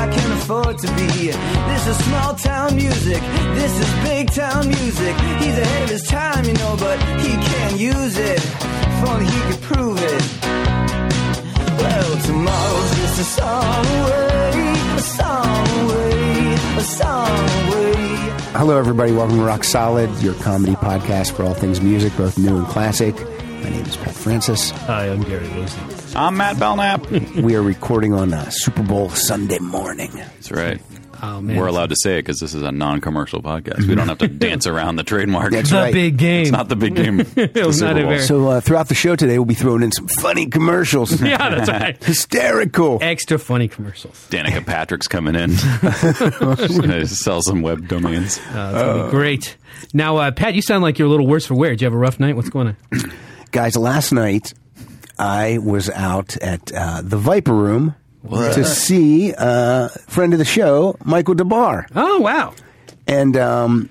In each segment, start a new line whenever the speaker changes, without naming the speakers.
sure to be. This is small town music. This is big town music. He's ahead of his time, you know, but he can't use it. If only he could prove it. Well, tomorrow's just a song away, a song away, a song away.
Hello, everybody. Welcome to Rock Solid, your comedy podcast for all things music, both new and classic. My name is Pat Francis.
Hi, I'm Gary Wilson.
I'm Matt Belknap.
we are recording on uh, Super Bowl Sunday morning.
That's right.
Oh man,
We're allowed to say it because this is a non-commercial podcast. We don't have to dance around the trademark.
That's
It's
right.
big game.
not the big game. It's the
was not
Super
a
Bowl.
very-
So, uh, throughout the show today, we'll be throwing in some funny commercials.
yeah, that's right.
Hysterical.
Extra funny commercials.
Danica Patrick's coming in. She's going to sell some web domains.
Uh, it's gonna be great. Now, uh, Pat, you sound like you're a little worse for wear. Did you have a rough night? What's going on?
Guys, last night I was out at uh, the Viper Room to see uh, friend of the show, Michael DeBar.
Oh wow,
And, um,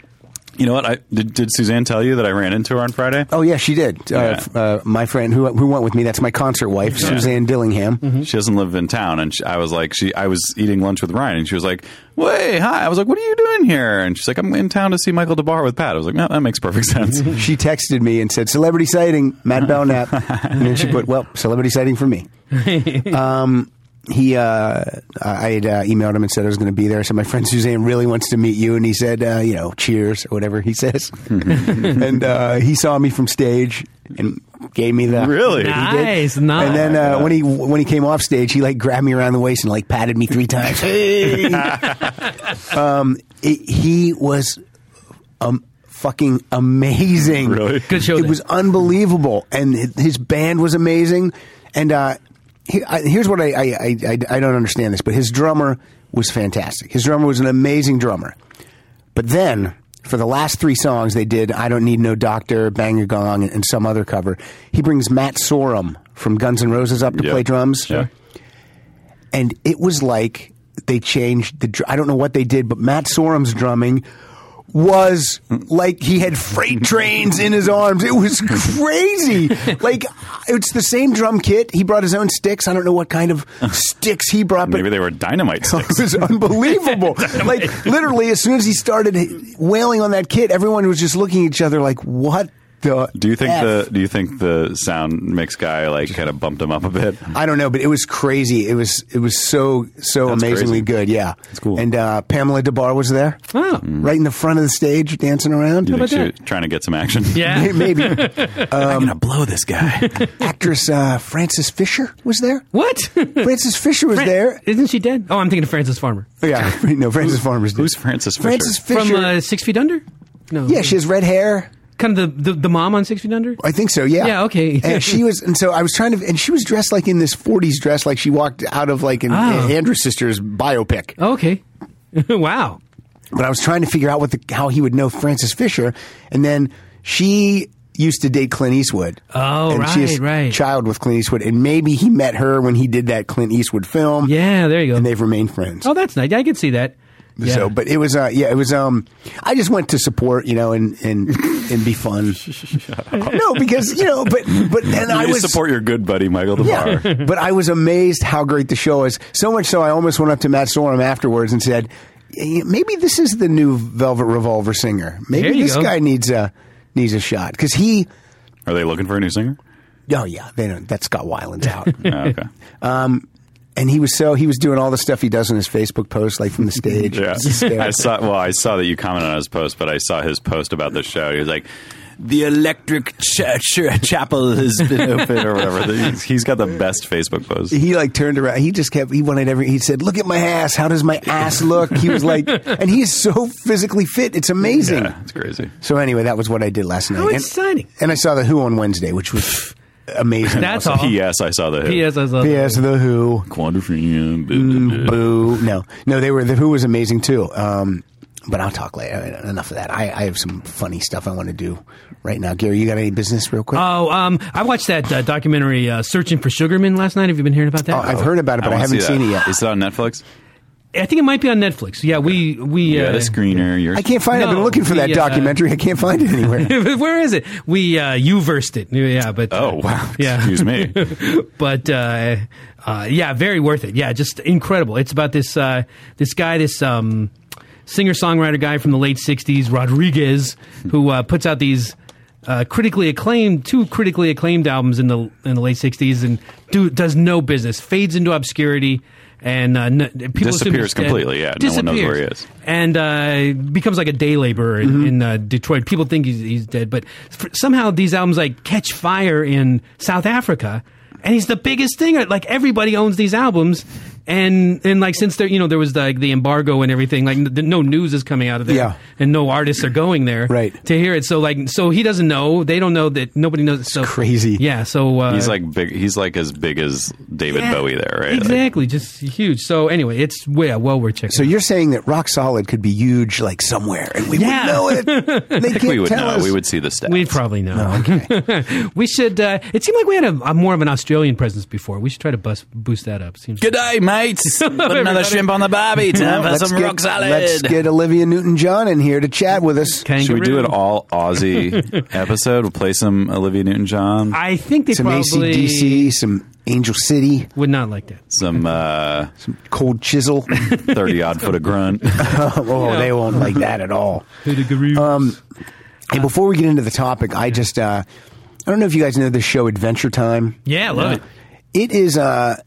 You know what? I, did, did Suzanne tell you that I ran into her on Friday?
oh, yeah, she did. Uh,
Yeah.
f- uh, my friend who, who went with me, that's my concert wife, Suzanne Dillingham.
She doesn't live in town, and she, I was like, she. I was eating lunch with Ryan, and she was like, "Wait, hi." I was like, "What are you doing here?" And she's like, "I'm in town to see Michael DeBar with Pat." I was like, "No, that makes perfect sense."
She texted me and said, "Celebrity sighting, Matt Belknap," and then she put, "Well, celebrity sighting for me." um, he, uh, I had uh, emailed him and said I was going to be there. So my friend Suzanne really wants to meet you, and he said, uh, "You know, cheers or whatever he says." and uh, he saw me from stage and gave me the He
Really?
did.
Nice, nice.
And then uh, when he when he came off stage, he like grabbed me around the waist and like patted me three times. Hey, um, it, he was um, fucking amazing.
Really?
Good show
It
then.
was unbelievable, and hi- his band was amazing. And uh, he, I, here's what I I, I I I don't understand this, but his drummer was fantastic. His drummer was an amazing drummer. But then for the last three songs they did, I don't need no doctor, Bang Your Gong, and some other cover. He brings Matt Sorum from Guns N' Roses up to
Yeah.
play drums
Yeah.
and it was like they changed the. dr- I don't know what they did, but Matt Sorum's drumming was like he had freight trains in his arms. It was crazy. like it's the same drum kit. He brought his own sticks. I don't know what kind of sticks he brought, but
Maybe they were dynamite
it
sticks.
was unbelievable. like literally, as soon as he started wailing on that kit, everyone was just looking at each other like, "What the?"
Do you think
F?
the Do you think the sound mix guy like kind of bumped him up a bit?
I don't know, but it was crazy. It was it was so so
That's
amazingly
crazy.
good. Yeah, it's
cool. Mm-hmm.
And uh, Pamela DeBar was there,
Oh.
right in the front of the stage, dancing around.
You think
about
she was trying to get some action?
yeah.
Maybe
I'm
Um,
gonna blow this guy.
actress uh, Frances Fisher was there.
What?
Frances Fisher was there.
Isn't she dead? Oh, I'm thinking of Frances Farmer
Yeah, no, Frances Farmer's. dude.
Who's Francis Fisher?
Frances Fisher?
from uh, Six Feet Under. No.
yeah, she has red hair.
kind of the, the the mom on Six Feet Under.
I think so. Yeah.
Yeah, okay.
and she was, and so I was trying to, and she was dressed like in this '40s dress, like she walked out of like an
Oh.
Andrews Sisters biopic.
Oh, okay. wow.
but I was trying to figure out what the, how he would know Francis Fisher, and then she used to date Clint Eastwood.
Oh,
and she has
right, right.
Child with Clint Eastwood, and maybe he met her when he did that Clint Eastwood film.
Yeah. There you go.
and they've remained friends.
oh, that's nice. I could see that. Yeah.
So, but it was, uh, yeah, it was. Um, I just went to support, you know, and and and be fun. no, because you know, but but and I
You
was
support your good buddy Michael DeBar.
yeah, but I was amazed how great the show is. So much so, I almost went up to Matt Sorum afterwards and said, "Eh, "Maybe this is the new Velvet Revolver singer.
There
Maybe
you
this
go.
guy needs a needs a shot because he."
Are they looking for a new singer?
Oh yeah, they don't. That's Scott Weiland's out,
Oh, okay.
and he was so he was doing all the stuff he does in his Facebook post, like from the stage.
Yeah.
It's hysterical.
I saw. Well, I saw that you commented on his post, but I saw his post about the show. He was like. The Electric ch- ch- Chapel has been open, or whatever. He's- he's got the best Facebook post.
he like turned around. He just kept. He wanted every. He said, "Look at my ass. How does my ass look?" He was like, and he's so physically fit. It's amazing.
Yeah, it's crazy.
So anyway, that was what I did last night.
How
And-
exciting.
And I saw the Who on Wednesday, which was amazing.
That's all.
P.S. I saw the Who.
P.S. I love that.
P.S. The Who.
Quadrophenia. boo, boo, boo.
Boo. No, no, they were the Who was amazing too. Um, but I'll talk later. Enough of that. I, I have some funny stuff I want to do right now. Gary, you got any business real quick?
Oh, um, I watched that uh,
Oh,
documentary uh, "Searching for Sugarman" last night. Have you been hearing about that?
Oh, I've heard about it, but I,
wanna
haven't
see
seen
that.
it yet.
Is it on Netflix?
I think it might be on Netflix. Yeah, we we.
Yeah,
uh,
the screener. You're
I can't find it. I've been
No,
looking for that
the, uh,
documentary. I can't find it anywhere.
Where is it? We uh, you versed it. Yeah, but uh,
Oh wow!
Yeah.
Excuse me.
but uh, uh, yeah, very worth it. Yeah, just incredible. It's about this uh, this guy, this um, singer songwriter guy from the late '60s, Rodriguez, who uh, puts out these. Uh, critically acclaimed, two critically acclaimed albums in the in the late '60s, and do, does no business, fades into obscurity, and uh, n- people assume
Disappears
he's dead.
completely, yeah. No one knows where he
Disappears
is.
and uh, becomes like a day laborer in,
Mm-hmm.
in uh, Detroit. People think he's, he's dead, but f somehow these albums like catch fire in South Africa, and he's the biggest thing. Like everybody owns these albums, and and like since there you know there was like the embargo and everything, like n- no news is coming out of there,
Yeah.
and no artists are going there
Right.
to hear it. So like so he doesn't know, they don't know that nobody knows. so
crazy.
yeah. So uh,
He's like big. He's like as big as David
yeah,
Bowie. There, right? Like,
Exactly, just huge. So anyway, it's yeah, well worth checking.
So you're saying that Rock Solid could be huge, like somewhere, and we
Yeah.
would know it. They can't
we would
tell
know.
us.
We would see the stats.
We'd probably know. we should. Uh, it seemed like we had a, a more of an Australian presence before. We should try to bus, boost that up. Seems
Good day, mates. Put another
everybody.
shrimp on the barbie. Time for some
get,
rock salad.
Let's get Olivia Newton-John in here to chat with us.
kangaroo.
Should we do an all Aussie episode? We'll play some Olivia Newton John,
I think they
Some
probably
ACDC, some Angel City,
would not like that.
some uh,
Cold Chisel.
30 odd foot of grunt.
oh, they won't like that at all. Um, hey, before we get into the topic, I just uh, I don't know if you guys know this show Adventure Time.
yeah, I love it.
It is uh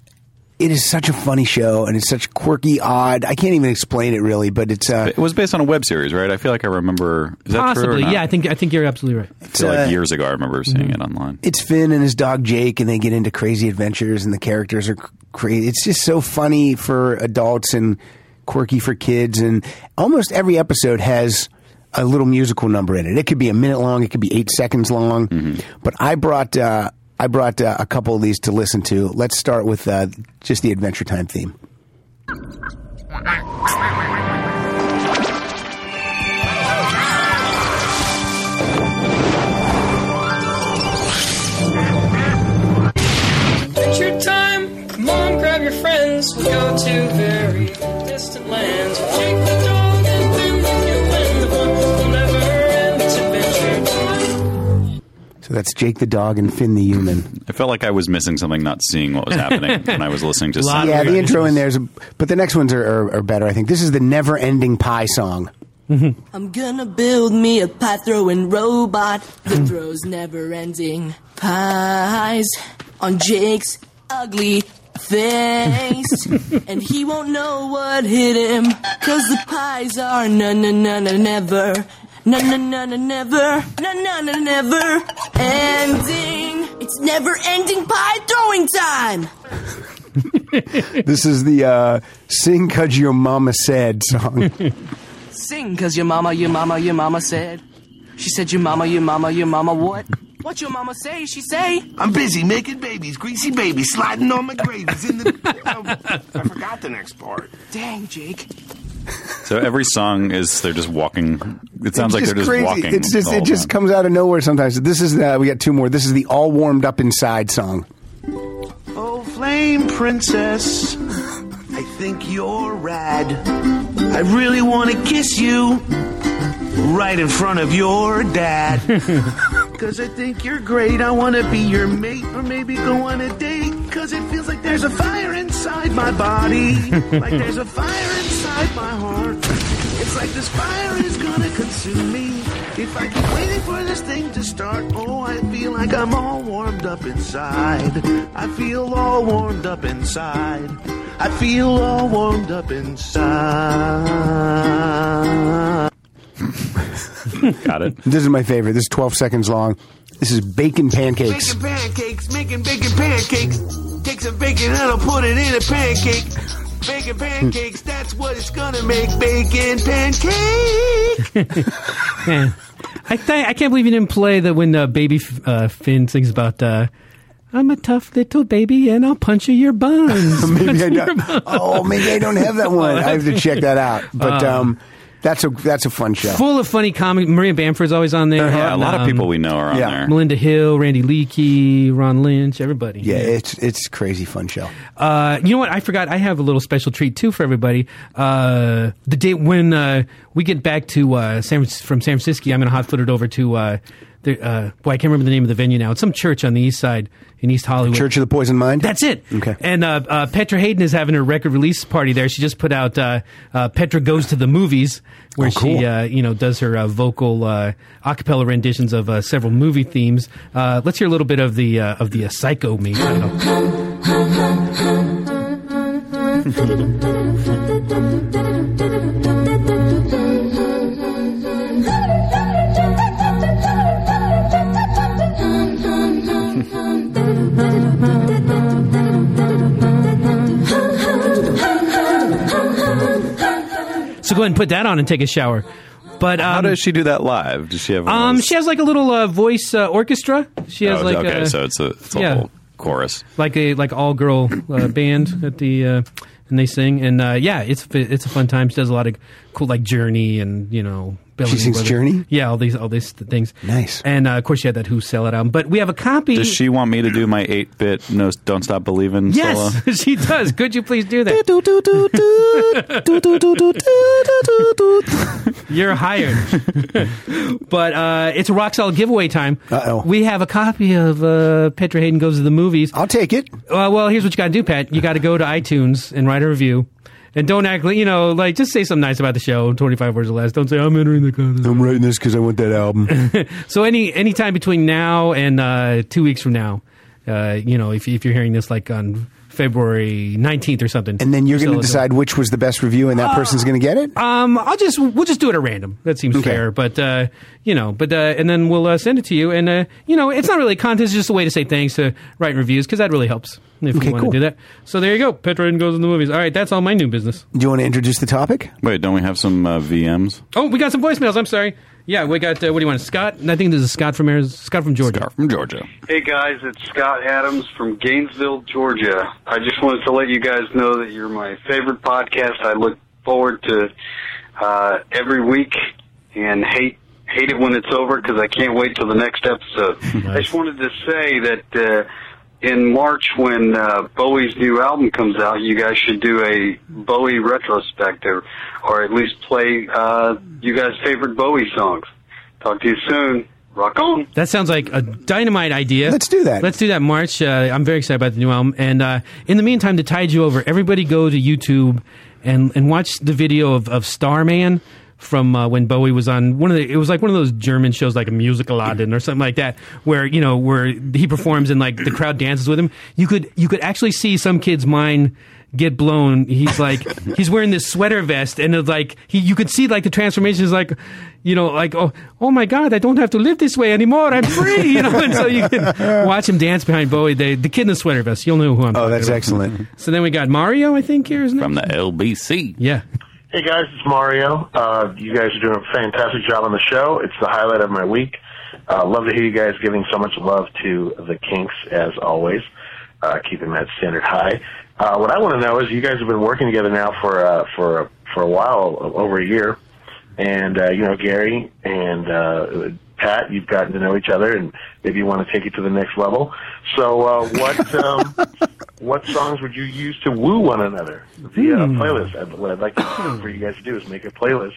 it is such a funny show and it's such quirky, odd. I can't even explain it really, but it's uh,
It was based on a web series, right? I feel like I remember. Is that true? or
Possibly.
not?
Yeah, I think I think you're absolutely right.
I feel like
uh,
years ago I remember seeing it online.
it's Finn and his dog Jake, and they get into crazy adventures, and the characters are crazy. It's just so funny for adults and quirky for kids, and almost every episode has a little musical number in it. It could be a minute long, it could be eight seconds long, but I brought uh, I brought uh, a couple of these to listen to. Let's start with uh, just the Adventure Time theme.
Adventure time! Come on, grab your friends. We go to very distant lands. We'll Jake the dog and then you and the one. We'll never end. It's adventure time.
So that's Jake the dog and Finn the human.
I felt like I was missing something, not seeing what was happening when I was listening to.
Lot
some-
of
Yeah, the
Okay.
intro in there's, a, but the next ones are, are, are better. I think this is the Never Ending Pie song.
I'm gonna build me a pie throwing robot that throws never ending pies on Jake's ugly face. and he won't know what hit him, cause the pies are na na na na never. Na na na na never, na na na never ending. It's never ending pie throwing time!
This is the uh, "Sing 'Cause Your Mama Said" song.
Sing, cause your mama, your mama, your mama said. She said, your mama, your mama, your mama what? What your mama say, she say?
I'm busy making babies, greasy babies, sliding on my gravies in the. I forgot the next part.
Dang, Jake.
So every song is they're just walking. It sounds like
It's
they're just
crazy.
walking.
It's just
the
it
whole
just
time.
comes out of nowhere sometimes. This is the, we got two more. This is the "All Warmed Up Inside" song.
Oh, flame princess, I think you're rad. I really want to kiss you right in front of your dad. Cause I think you're great. I want to be your mate or maybe go on a date. Cause it feels like there's a fire inside my body. Like there's a fire inside my heart. It's like this fire is gonna consume me. If I keep waiting for this thing to start, oh, I feel like I'm all warmed up inside. I feel all warmed up inside. I feel all warmed up inside.
Got it.
This is my favorite. This is 12 seconds long. This is bacon pancakes.
Making pancakes, making bacon pancakes. Take some bacon and I'll put it in a pancake. Bacon pancakes, that's what it's gonna make. Bacon pancake.
Man, I th- I can't believe you didn't play that when uh, baby uh, Finn sings about. Uh, I'm a tough little baby, and I'll punch you your buns.
Uh.
Maybe I don't. Oh, maybe I don't have that one. I have to check that out. But um, That's a that's a fun show.
Full of funny comedy. Maria Bamford's always on there.
Yeah, Uh-huh, a lot of
Um,
people we know are on
yeah.
there.
Melinda Hill, Randy Leakey, Ron Lynch, everybody.
yeah, it's it's a crazy fun show.
Uh, you know what? I forgot. I have a little special treat too for everybody. Uh, the day when uh, we get back to uh, San from San Francisco, I'm going to hot foot it over to. Uh, the, uh, boy, I can't remember the name of the venue now. It's some church on the east side in East Hollywood.
Church of the Poison Mind.
That's it.
Okay.
And uh, uh, Petra Hayden is having her record release party there. She just put out uh, uh, Petra Goes to the Movies, where
Oh, cool.
she uh, you know does her uh, vocal uh, acapella renditions of uh, several movie themes. Uh, let's hear a little bit of the uh, of the uh, Psycho me. I don't know. So go ahead and put that on and take a shower. But um,
How does she do that live? Does she have? one of
Um,
those-
she has like a little uh, voice uh, orchestra. She has
Oh,
like
okay,
a,
so it's a, it's a
yeah.
whole chorus.
like a like all girl uh, band at the uh, and they sing and uh, yeah, it's fi- it's a fun time. She does a lot of cool like Journey and you know. Bellamy
sings
Brothers.
Journey?
yeah. All these, all these th- things.
Nice.
and uh, of course she had that Who Sell It album. But we have a copy.
Does she want me to do my eight bit? No, don't stop believing. Solo?
Yes, she does. Could you please do that? You're hired. but uh, it's a rock solid giveaway time.
Uh-oh.
We have a copy of uh, Petra Hayden Goes to the Movies.
I'll take it.
Uh, well, here's what you got to do, Pat. You got to go to iTunes and write a review. And don't act, like- you know, like just say something nice about the show. Twenty five words or less. Don't say I'm entering the contest.
I'm writing this because I want that album.
So any any time between now and uh, two weeks from now, uh, you know, if if you're hearing this like on February nineteenth or something,
And then you're
still
going to
a-
decide which was the best review,
Uh,
and that person's going to get it.
Um, I'll just we'll just do it at random. That seems
Okay.
fair, but uh, you know, but uh, and then we'll uh, send it to you. And uh, you know, it's not really a contest; it's just a way to say thanks to writing reviews because that really helps if
Okay,
you want
cool.
to do that. So there you go. Petra Hayden goes in the movies. All right, that's all my new business.
Do you want to introduce the topic?
Wait, don't we have some uh, VMs?
Oh, we got some voicemails. I'm sorry. Yeah, we got. Uh, what do you want, Scott? I think this is Scott from Arizona, Scott from Georgia.
Scott from Georgia.
Hey guys, it's Scott Adams from Gainesville, Georgia. I just wanted to let you guys know that you're my favorite podcast. I look forward to uh, every week and hate hate it when it's over because I can't wait till the next episode. I just wanted to say that uh, in March when uh, Bowie's new album comes out, you guys should do a Bowie retrospective or at least play uh, you guys' favorite Bowie songs. Talk to you soon. Rock on.
That sounds like a dynamite idea.
Let's do that.
Let's do that March. Uh, I'm very excited about the new album. And uh, in the meantime, to tide you over, everybody go to YouTube and, and watch the video of, of Starman from uh, when Bowie was on one of the, it was like one of those German shows like a musical Aladdin or something like that where you know where he performs and like the crowd dances with him you could you could actually see some kid's mind get blown he's like he's wearing this sweater vest and it's like he you could see like the transformation is like you know like oh oh my god I don't have to live this way anymore I'm free you know and so you can watch him dance behind Bowie the, the kid in the sweater vest you'll know who I'm
Oh,
talking
that's
about.
excellent.
so then we got Mario I think here isn't it
From the LBC.
yeah
Hey guys, it's Mario. Uh, you guys are doing a fantastic job on the show. It's the highlight of my week. Uh, love to hear you guys giving so much love to the Kinks as always. Uh, keeping that standard high. Uh, what I want to know is you guys have been working together now for uh, for for a while, over a year, and uh, you know Gary and uh, Pat, you've gotten to know each other, and maybe you want to take it to the next level. So uh, what? Um, what songs would you use to woo one another? The uh, playlist. I'd, what I'd like to, for you guys to do is make a playlist,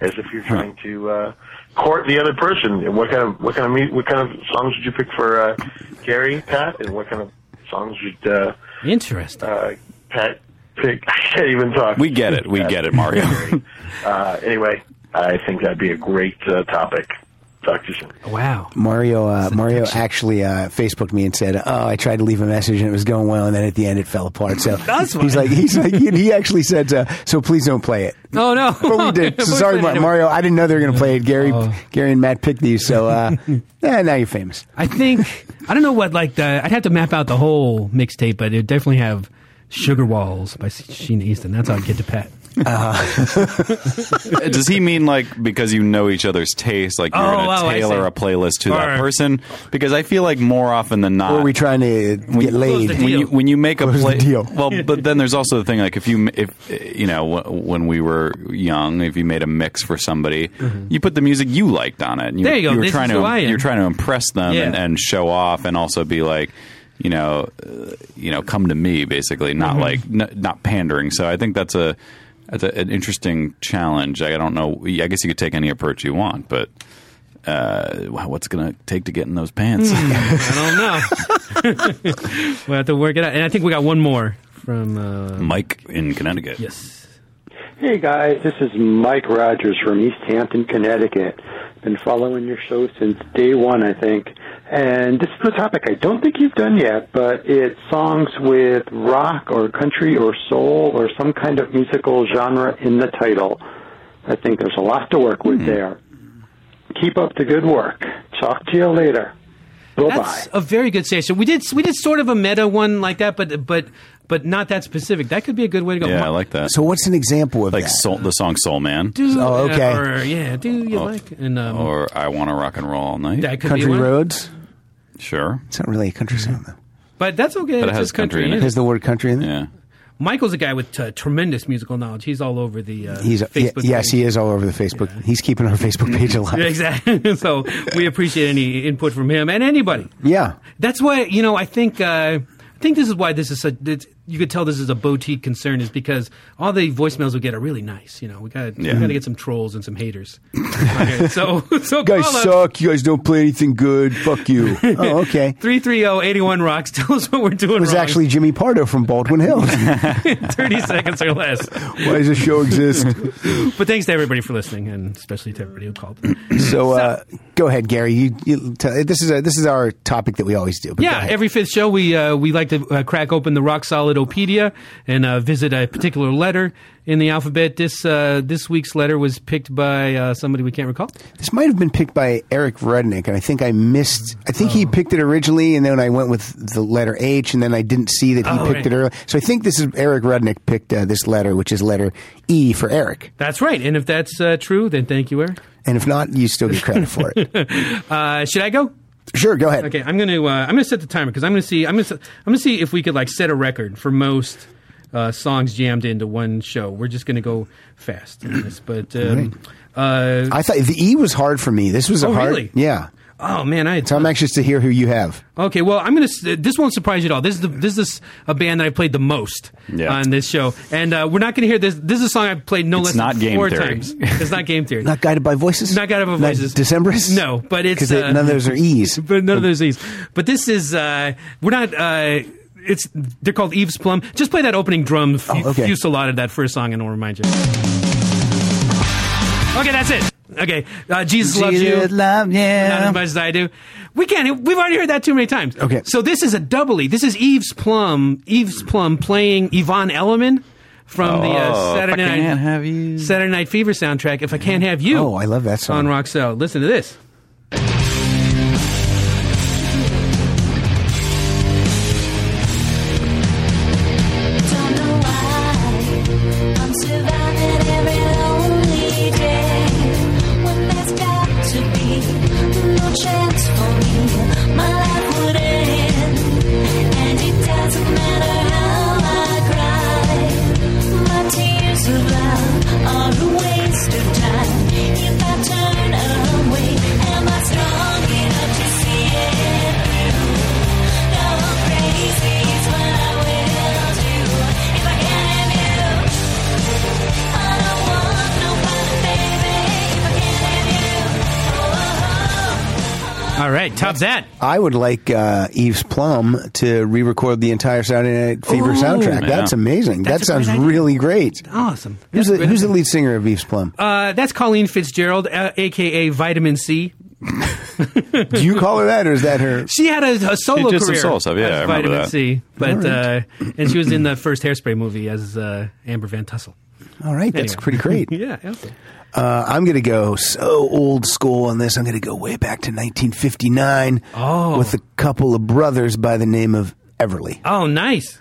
as if you're trying to uh, court the other person. And what kind of what kind of mu- what kind of songs would you pick for uh, Gary Pat? And what kind of songs would uh,
interesting
uh, Pat pick? I can't even talk.
We get it. We get it, Mario.
uh, anyway, I think that'd be a great uh, topic. Talk to you soon.
wow
Mario uh, Mario actually uh, Facebooked me and said, "Oh, I tried to leave a message and it was going well, and then at the end it fell apart." So
That's
he's
why.
like, he's like, he, he actually said, uh, "So please don't play it."
oh no
But we did. So
We
sorry,
played
Mar-
it.
Mario. I didn't know they were going to play it. Gary,
Oh.
Gary and Matt picked these, so uh, yeah, now you're famous.
I think I don't know what like the I'd have to map out the whole mixtape, but it would definitely have Sugar Walls by Sheena Easton. That's how I'd get to Pat.
Does he mean like because you know each other's taste, like you're
Oh,
going to
oh, I
tailor
see.
a playlist to that
Or-
person? Because I feel like more often than not,
Or are we trying to get laid?
Uh, the
when you
deal.
when you make a
Close the
play,
deal.
well, but then there's also the thing like if you if you know wh- when we were young, if you made a mix for somebody, you put the music you liked on it. And
Mm-hmm. There you go.
You were
This
trying
is
to
who I am.
you're trying to impress them
Yeah.
and, and show off, and also be like. You know, uh, you know, come to me basically, not like
Mm-hmm.
n- not pandering. So I think that's a that's a, an interesting challenge. I don't know. I guess you could take any approach you want, but uh, wow, what's it gonna take to get in those pants?
Mm. I don't know. we'll have to work it out. And I think we got one more from. Uh,
Mike in Connecticut.
yes.
Hey guys, this is Mike Rogers from East Hampton, Connecticut. Been following your show since day one, I think. And this is a topic I don't think you've done yet, but it's songs with rock or country or soul or some kind of musical genre in the title. I think there's a lot to work with there. Keep up the good work. Talk to you later.
Oh,
Bye bye.
That's a very good station. We did we did sort of a meta one like that, but but but not that specific. That could be a good way to go.
Yeah,
My-
I like that.
So what's an example of
like
that?
soul, the song Soul Man
do
Oh, okay.
Or, yeah, do you like and um,
Oh. or I Want to Rock and Roll All Night.
that could be
country
one.
roads.
sure.
It's not really a country song though.
But that's okay.
But it
It's
has
just country.
country in
It
yeah.
has the word country in it.
Yeah.
Michael's a guy with uh, tremendous musical knowledge. He's all over the uh,
He's
Facebook.
y- yes,
page.
he is all over the Facebook. He's keeping our Facebook page alive.
Yeah, exactly. so we appreciate any input from him and anybody.
Yeah.
That's why you know I think uh, I think this is why this is such. It's, you could tell this is a boutique concern is because all the voicemails we get are really nice. You know we got
Yeah.
we got to get some trolls and some haters. Okay, so so
You guys
call us.
suck. You guys don't play anything good. Fuck you. oh, okay.
330-81 rocks. Tell us what we're doing.
It was
wrong.
actually Jimmy Pardo from Baldwin Hills.
thirty seconds or less.
Why does this show exist?
But thanks to everybody for listening, and especially to everybody who called.
So uh, go ahead, Gary. You, you tell, this is a, this is our topic that we always do. but go
Yeah,
ahead.
every fifth show we uh, we like to uh, crack open the rock solid Opedia and uh, visit a particular letter in the alphabet. This uh, this week's letter was picked by uh, somebody we can't recall.
this might have been picked by Eric Rudnick, and I think I missed. I think
Oh.
he picked it originally, and then I went with the letter H, and then I didn't see that he
Oh,
picked
right.
it early. So I think this is Eric Rudnick picked uh, this letter, which is letter E for Eric.
That's right. And if that's uh, true, then thank you, Eric.
And if not, you still get credit for it.
Uh, should I go?
sure, go ahead.
Okay, I'm gonna uh, I'm gonna set the timer because I'm gonna see I'm gonna se- I'm gonna see if we could like set a record for most uh, songs jammed into one show. We're just gonna go fast, on this, but um, uh,
I thought the E was hard for me. This was a
Oh,
hard.
really?
Yeah.
oh man, I had
So I'm anxious to hear who you have.
Okay, well, I'm gonna. s- This won't surprise you at all. This is the, this is a band that I played the most
Yeah.
on this show, and uh, we're not gonna hear this. This is a song I've played no
It's
less
not
than
Game
four
Theory.
times. It's not game theory.
Not guided by voices.
Not Guided by Voices.
Decemberists.
No, but it's,
because
uh,
none of those are E's.
but none of those these. But this is uh, we're not. Uh, it's they're called Eve's Plum. Just play that opening drum fu-
Oh, okay.
fusillade of that first song, and it'll remind you. Okay, that's it. Okay, uh, Jesus, loves you.
Love,
Not
yeah.
as much as I do. We can't. We've already heard that too many times.
Okay.
So this is a double E. This is Eve's Plum. Eve's Plum playing Yvonne Elliman from the uh,
Oh,
Saturday
if I
Night
can't have you.
Saturday Night Fever soundtrack. If I can't have you.
Oh, I love that song.
On Roxelle. Listen to this.
Don't know why I'm surviving every lonely day when there's got to be no chance for me. My life would end, and it doesn't matter how I cry. My tears of love are a waste of time. If I turn away, am I strong enough to see it through? No crazy is what I will do if I can't have you. I don't want nobody, baby. If I can't have you,
All right, top that.
I would like uh, Eve's Plum to re-record the entire Saturday Night Fever
Ooh.
soundtrack. That's
Yeah.
amazing.
That's
that
a great
sounds
idea.
really great.
Awesome.
Who's
That's
the,
great.
who's the lead singer of Eve's Plum?
Uh, that's Colleen Fitzgerald, uh, aka Vitamin C.
Do you call her that, or is that her?
She had a, a solo
did some
career.
solo stuff, yeah,
as
I remember
Vitamin
that.
C, but uh, and she was in the first Hairspray movie as uh, Amber Van Tussle.
All right, that's
Anyway.
pretty great.
Yeah. Okay.
Uh, I'm going to go so old school on this. I'm going to go way back to 1959
Oh.
with a couple of brothers by the name of Everly.
Oh, nice.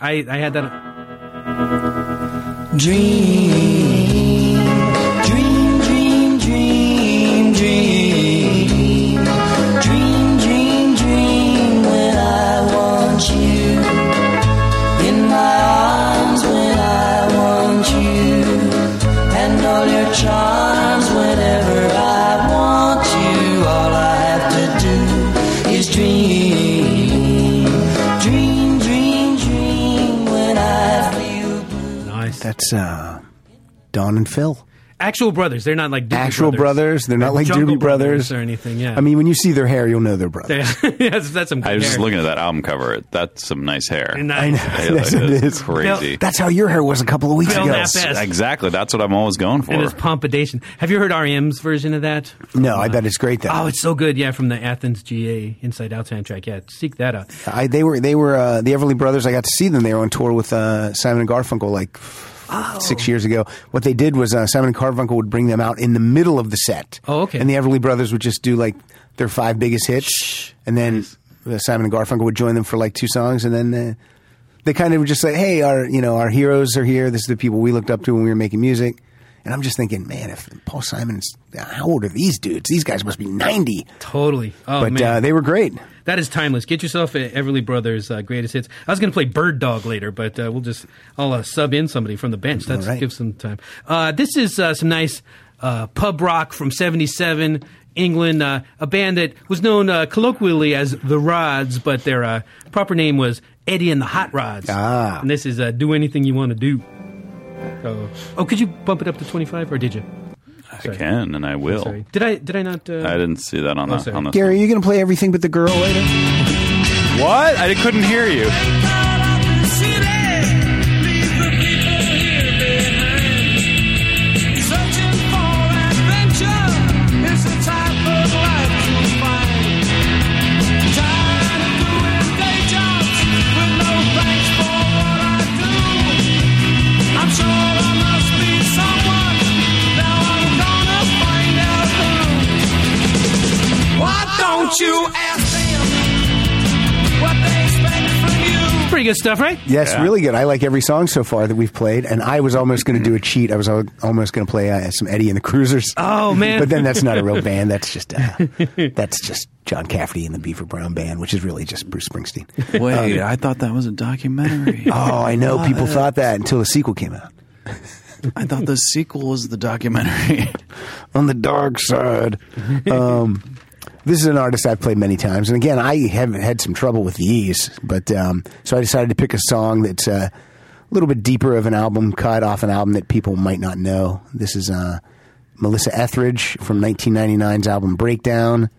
I, I had that.
Dream, dream, dream, dream, dream. Dream, dream, dream when I want you. In my arms when I want you. And all your charms whenever I want you. All I have to do is dream. Dream, dream, dream when I feel
Nice.
That's uh, Don and Phil.
Actual brothers. They're not like Doobie
Actual brothers. They're not like
Jungle
Doobie Brothers.
or anything. Yeah.
I mean, when you see their hair, you'll know they're brothers.
yeah, that's, that's some. Good
I was just
hair.
looking at that album cover. That's some nice hair.
And uh, that-
I know.
Yeah,
That's
that
what it
is
is.
crazy.
That's how your hair was a couple of weeks
Phil
ago.
Nappet. Yes.
Exactly. That's what I'm always going for.
and his pompidation. Have you heard REM's version of that?
No, I bet it's great though.
Oh, it's so good. Yeah, from the Athens GA Inside Out soundtrack. Yeah, seek that out.
I, they were they were uh, the Everly Brothers. I got to see them. They were on tour with uh, Simon and Garfunkel like f-
Oh.
six years ago. What they did was uh, Simon and Garfunkel would bring them out in the middle of the set.
Oh, okay.
And the Everly Brothers would just do like their five biggest hits, and then uh, Simon and Garfunkel would join them for like two songs, and then. Uh, they kind of would just say, "Hey, our you know our heroes are here. This is the people we looked up to when we were making music." And I'm just thinking, man, if Paul Simon's how old are these dudes? These guys must be ninety.
Totally. Oh
but
man,
uh, they were great.
that is timeless. Get yourself a Everly Brothers uh, greatest hits. I was going to play Bird Dog later, but uh, we'll just I'll uh, sub in somebody from the bench. That's
All right.
give some time. Uh, this is uh, some nice uh, pub rock from '77. England, uh, a band that was known uh, colloquially as the Rods, but their uh, proper name was Eddie and the Hot Rods.
Ah.
And this is uh, "Do Anything You Want to Do." So, oh, could you bump it up to twenty-five, or did you?
I can and I will.
Sorry. Did I? Did I not? Uh,
I didn't see that on, the,
sorry.
on this.
Gary, are you going to play everything but the girl later?
What? I couldn't hear you.
Don't you ask them what they expect from you?
Pretty good stuff, right?
Yes,
Yeah.
really good. I like every song so far that we've played, and I was almost going to do a cheat. I was al- almost going to play uh, some Eddie and the Cruisers.
Oh, man.
but then that's not a real band. That's just uh, that's just John Cafferty and the Beaver Brown Band, which is really just Bruce Springsteen.
Wait, I thought that was a documentary.
Oh, I know. People thought that until the sequel came out.
I thought the sequel was the documentary.
on the dark side. Um, this is an artist I've played many times, and again, I have had some trouble with these, but um, so I decided to pick a song that's uh, a little bit deeper of an album cut off an album that people might not know. This is uh, Melissa Etheridge from 1999's album Breakdown,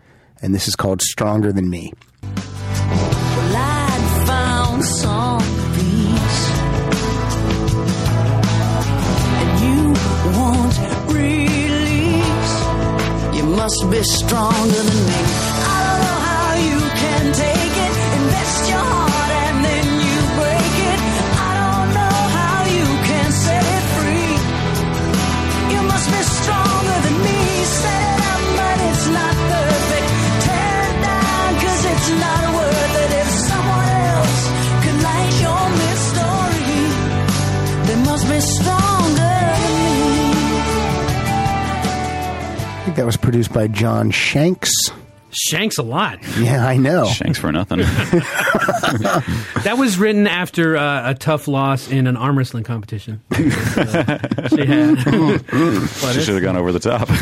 and this is called Stronger Than Me.
Well, I'd found some peace. And you won't release. You must be stronger than me. I don't know how you can take it. Invest your heart and then you break it. I don't know how you can set it free. You must be stronger than me. Set it up, but it's not perfect. Tear it down, cause it's not worth it. If someone else could like your mystery, they must be stronger than me.
I think that was produced by John Shanks.
Shanks a lot.
Yeah, I know.
Shanks for nothing.
That was written after uh, a tough loss in an arm wrestling competition. Uh, she had. But
she
it-
should have gone over the top. How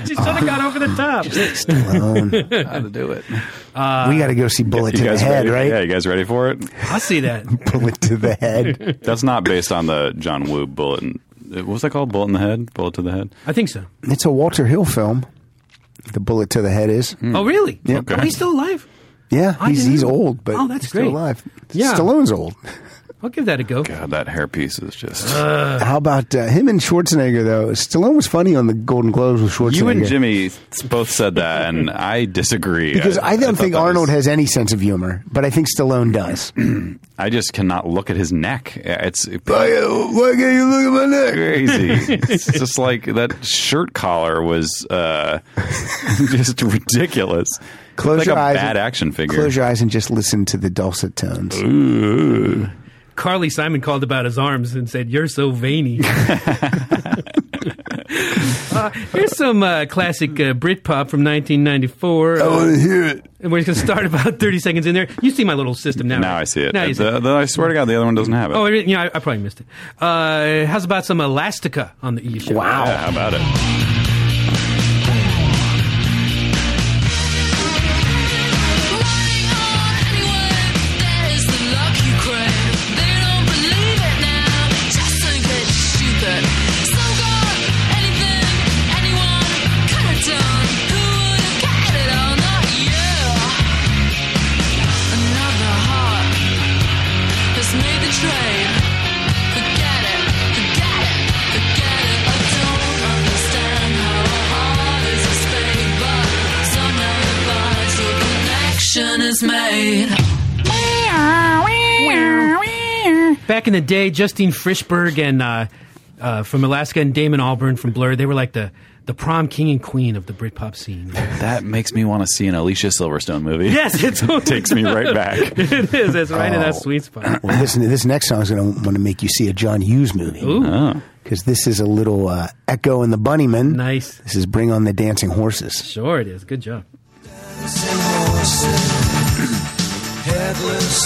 she should have got over the top.
Stallone.
to do it?
we got to go see Bullet
you
to the
guys
Head, right?
ready? Yeah, you guys ready for it?
I see that.
Bullet to the Head.
That's not based on the John Woo bullet. In, what was that called? Bullet in the head? Bullet to the head?
I think so.
It's a Walter Hill film. The bullet to the head is.
Oh, really?
Mm. Okay.
Are we still alive?
Yeah,
I
he's
didn't
he's
know.
old, but
Oh, that's
he's still
great.
alive.
Yeah. Uh-huh.
Stallone's old.
I'll give that a go.
God, that hairpiece is just.
How about uh, him and Schwarzenegger though? Stallone was funny on the Golden Globes with Schwarzenegger.
you and Jimmy both said that, and I disagree.
because I, don't
thought
think
that was-
Arnold has any sense of humor, but I think Stallone does.
I just cannot look at his neck. It's
Oh, why can't you look at my neck?
crazy. it's just like that shirt collar was uh, just ridiculous.
Close
like
your
a
eyes
bad
and-
action figure.
Close your eyes and just listen to the dulcet tones.
Ooh.
Carly Simon called about his arms and said, "You're so veiny." Uh, here's some uh, classic uh, Brit pop from 1994. Uh,
Oh.
want to hear it.
and we're just going to start about 30 seconds in there. You see my little system now.
Now
right?
I see it.
Now you see
The-
it.
the- I swear to God, the other one doesn't have it.
Oh, I- yeah, I, I probably missed it. Uh, how's about some Elastica on the E show?
Wow.
Yeah, how about it?
Train. Forget it, forget it, forget it. I don't understand how hard is a spade, but somehow the bonds of connection is made.
Back in the day, Justine Frischberg and uh, uh, from Alaska and Damon Albarn from Blur, they were like the, the prom king and queen of the Britpop scene.
That makes me want to see an Alicia Silverstone movie.
Yes, it's
takes me right back.
it is. It's right in that sweet spot.
Well, listen to this next song is going to want to make you see a John Hughes movie
Oh.
because this is a little uh, Echo and the Bunnymen.
Nice.
This is Bring on the Dancing Horses.
Sure, it is. Good job.
headless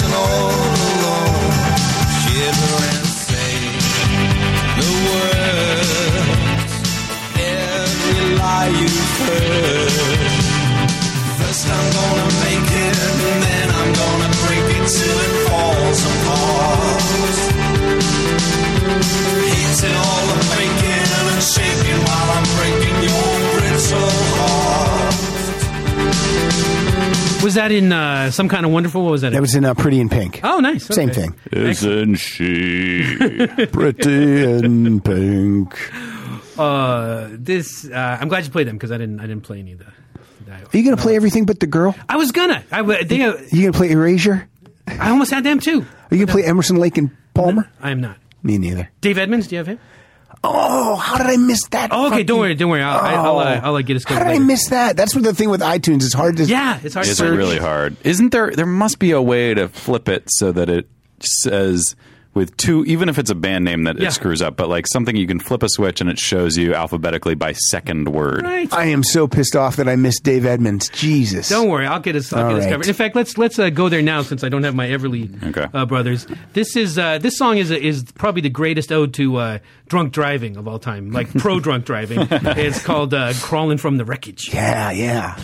and all alone. Shiver and say the words, every lie you've heard. First I'm gonna make it, and then I'm gonna break it till it falls apart. Heat it all I'm making and shaking while I'm breaking your brittle heart.
Was that in uh, some kind of wonderful? What was that? in?
That was in uh, Pretty in Pink.
oh, nice.
Same
Okay.
thing.
Isn't she?
Pretty in Pink.
Uh, this. Uh, I'm glad you played them because I didn't. I didn't play any of the.
Are you going to play everything but the girl?
I was gonna. I, w- they, uh,
Are you going to play Erasure?
I almost had them too.
Are you going to play Emerson, Lake, and Palmer?
I am not.
Me neither.
Dave Edmonds, do you have him?
Oh, how did I miss that?
Oh, okay, don't
fucking-
worry, don't worry. I'll- I- I'll, uh,
Oh.
I'll, uh, get us
How
covered
did I
later.
miss that? That's what the thing with iTunes. It's hard to.
Yeah, it's hard
It's
to search.
really hard. Isn't there? There must be a way to flip it so that it says with two, even if it's a band name that
Yeah.
it screws up, but like something you can flip a switch and it shows you alphabetically by second word.
Right.
I am so pissed off that I missed Dave Edmonds. Jesus.
Don't worry, I'll get us. I'll
All
get us
right.
covered. In fact, let's let's uh, go there now since I don't have my Everly
Okay.
uh, brothers. This is uh, this song is is probably the greatest ode to uh, drunk driving of all time, like pro drunk driving. It's called uh, "Crawling from the Wreckage."
Yeah, yeah.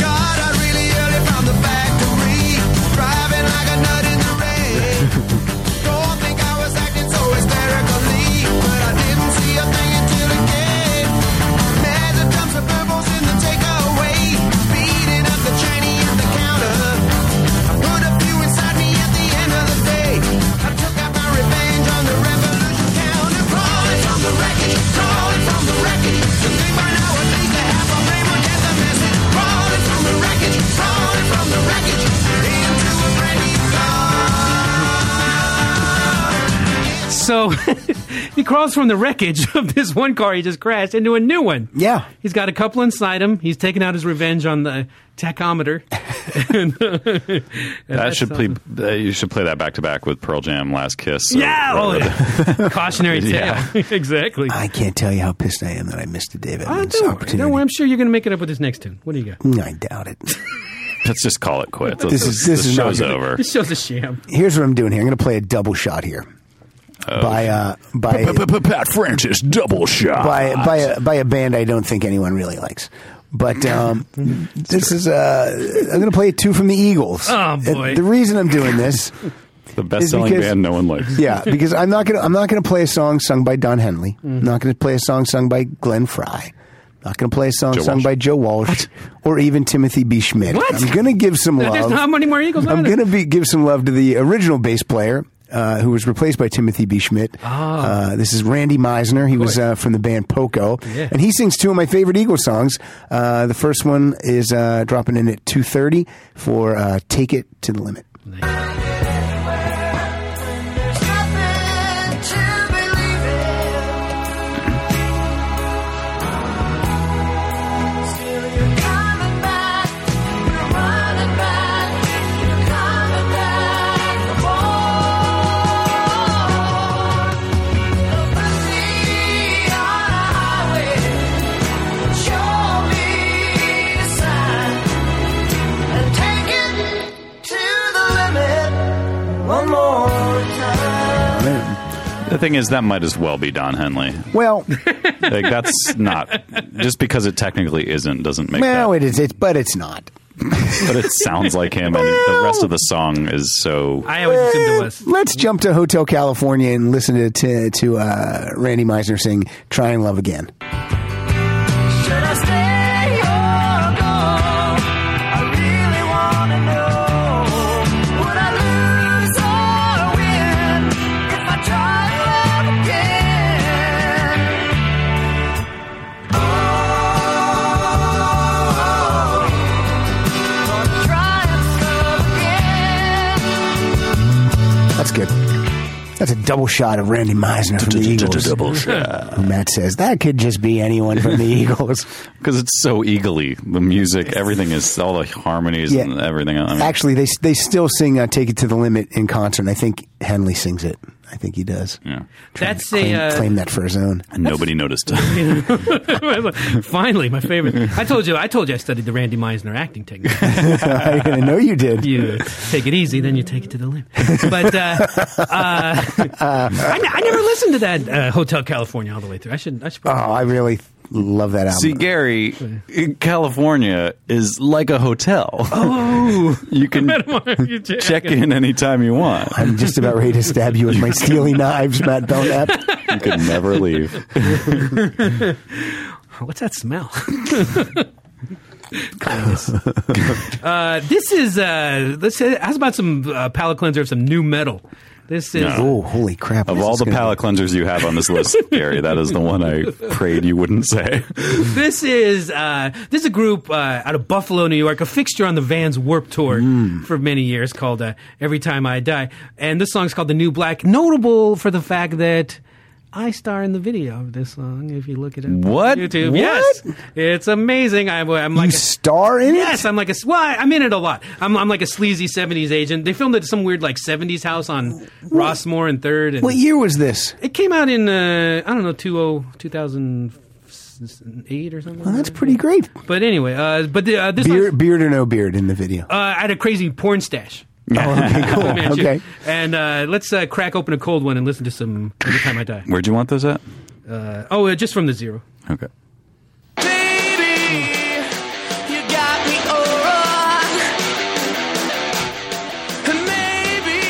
God, I really early from the factory, driving like a nut in the rain. Don't think I was acting so hysterically, but I didn't see a thing until it came. Mad that dumps of purples in the takeaway, beating up the tranny at the counter. I put a few inside me at the end of the day. I took out my revenge on the revolution counter, crawling from the wreckage, crawling from the wreckage. You think by now at least a half a brain would get the message, crawling from the wreckage, crawling from the wreckage into a brand new
So he crawls from the wreckage of this one car he just crashed into a new one.
Yeah.
He's got a couple inside him. He's taking out his revenge on the tachometer.
That should play. uh, You should play that back to back with Pearl Jam, Last Kiss. so-
yeah, oh, yeah. cautionary tale.
Yeah.
exactly.
I can't tell you how pissed I am that I missed the Dave
Oh,
Edmonds
don't, worry.
opportunity. Hmm.
Don't worry. I'm sure you're going to make it up with this next tune. What do you got?
I doubt it.
Let's just call it quits.
This
Let's-
is- this is not
show's
good.
over.
This show's a sham.
Here's what I'm doing here. I'm going to play a double shot here.
Oh,
By uh, by
Pat Francis double shot.
by by a, by a band I don't think anyone really likes. But um, this is uh, I'm going to play two from the Eagles.
Oh, boy.
And the reason I'm doing this,
the best selling
because-
band no one likes.
yeah, because I'm not going to I'm not going to play a song sung by Don Henley.
Mm-hmm.
I'm not going to play a song sung by Glenn Fry. I'm not going to play a song
Joe
sung
Walsh.
by Joe Walsh or even Timothy B. Schmidt.
What?
I'm going to give some love.
There's not many more Eagles.
I'm
on it.
going to be give some love to the original bass player. Uh, who was replaced by Timothy B. Schmidt? Uh, this is Randy Meisner. He was
course.
uh, from the band Poco,
Ah. Yeah.
and he sings two of my favorite Eagles songs. Uh, the first one is uh, dropping in at two thirty for uh, "Take It to the Limit."
Nothing to believe in. Still you're coming back. You're
thing is, that might as well be Don Henley.
Well,
Like that's not just because it technically isn't doesn't make
well,
that.
it is. It's but it's not.
But it sounds like him, and the rest of the song is so.
I always assumed it was.
Eh, Let's jump to Hotel California and listen to to, to uh, Randy Meisner sing "Try and Love Again."
Should I stay or go? I really wanna know. Would I lose or win if I try to love again? Oh, wanna try and love again.
That's good. That's a double shot of Randy Meisner from the Eagles.
shot.
And Matt says that could just be anyone from the Eagles.
Because it's so eagerly. The music, everything is, all the harmonies
Yeah.
and everything. I mean,
Actually, they they still sing uh, "Take It to the Limit" in concert. And I think Henley sings it. I think he does.
yeah.
That's
Claim,
a uh,
claim that for his own.
And nobody noticed.
Finally, my favorite. I told you. I told you I studied the Randy Meisner acting technique.
I know you did.
You take it easy, then you take it to the limit. But uh, uh, I, ne- I never listened to that uh, Hotel California all the way through. I should. I should.
Oh, I really love that album.
See, Gary, California is like a hotel. Oh. you can
You check-
check in anytime you want.
I'm just about ready to stab you with my steely knives, Matt Belknap.
You can never leave.
Oh, What's that smell? Kindness. uh, this is. Uh, let's say. How's about some uh, palate cleanser of some new metal? This is.
Oh, holy crap!
Of
this
all
is
the
gonna be-
palate cleansers you have on this list, Gary, that is the one I prayed you wouldn't say.
This is uh, this is a group uh, out of Buffalo, New York, a fixture on the Vans Warp Tour
Mm.
for many years, called uh, "Every Time I Die," and this song's called "The New Black." Notable for the fact that I star in the video of this song. If you look it up, on
What?
YouTube?
What?
Yes, it's amazing. I'm, I'm like
you
a-
star in it.
Yes, I'm like a well, I- I'm in it a lot. I'm, I'm like a sleazy '70s agent. They filmed it at some weird like '70s house on Rossmore and Third. And
What year was this?
It came out in uh, I don't know 20, 2008 or something.
Well, that's pretty great.
But anyway, uh, but the, uh, this
Beard,
one's-
beard or no beard in the video.
uh, I had a crazy porn stash.
Oh, okay, cool.
Man, shoot.
okay.
And uh, let's uh, crack open a cold one and listen to some Every Time I Die.
Where'd you want this at?
Uh, oh, uh, just from the zero.
Okay.
Baby, you got me on. Maybe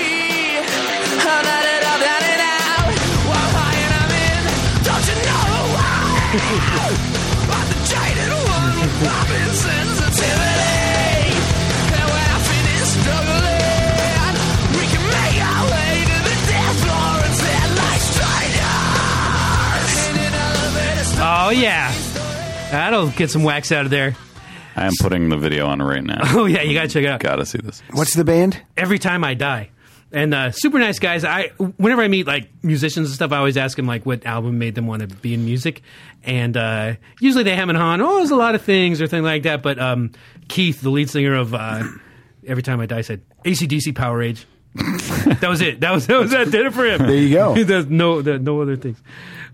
I'm not it up, not it out. While high and I'm in, don't you know why? I'm the jaded one with popping sensitivity. And when I finish struggling, we can make our way to the dance floor and set like strangers. In an elevator.
Oh, yeah. That'll get some wax out of there.
I am putting the video on right now.
Oh, yeah, you got to check it out.
Gotta see this.
What's the band?
every time I die. And uh, super nice guys. I whenever I meet like musicians and stuff, I always ask them like what album made them want to be in music. And uh, usually they ham and han. Oh, there's a lot of things or thing like that. But um, Keith, the lead singer of uh, Every Time I Die, said ACDC Power Age. that was it. That was that was that did it for him. There
you go.
there's no there, no other things.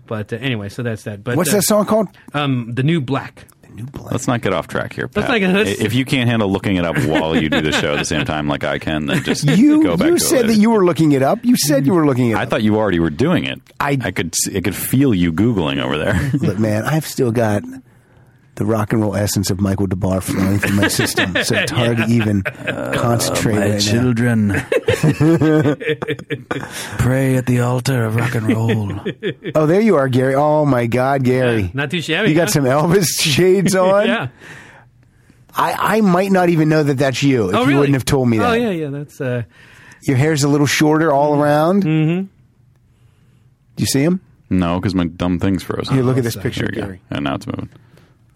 But uh, anyway, so that's that. But
What's
uh,
that song called?
Um, the new black.
New Blood.
Let's not get off track here. Pat.
not get- let's-
if you can't handle looking it up while you do the show at the same time, like I can, then just go
You
back.
you
to it
said
later.
that you were looking it up. You said you were looking it
I
up.
thought you already were doing it.
I-
I could s- I could feel you googling over there.
But man, I've still got the rock and roll essence of Michael DeBar flowing through my system, so it's hard to even
Uh,
concentrate right now.
Pray at the altar of rock and roll.
Oh, there you are, Gary. Oh my God, Gary.
Not too shabby.
you got
huh?
some Elvis shades on.
yeah.
I, I might not even know that that's you if
oh,
you
really?
wouldn't have told me that.
Oh yeah, yeah. That's uh,
Your hair's a little shorter all around. Mm-hmm. Do you see him?
No, because my dumb thing's frozen.
Here, look at this picture,
Here we go.
Gary.
And now it's moving.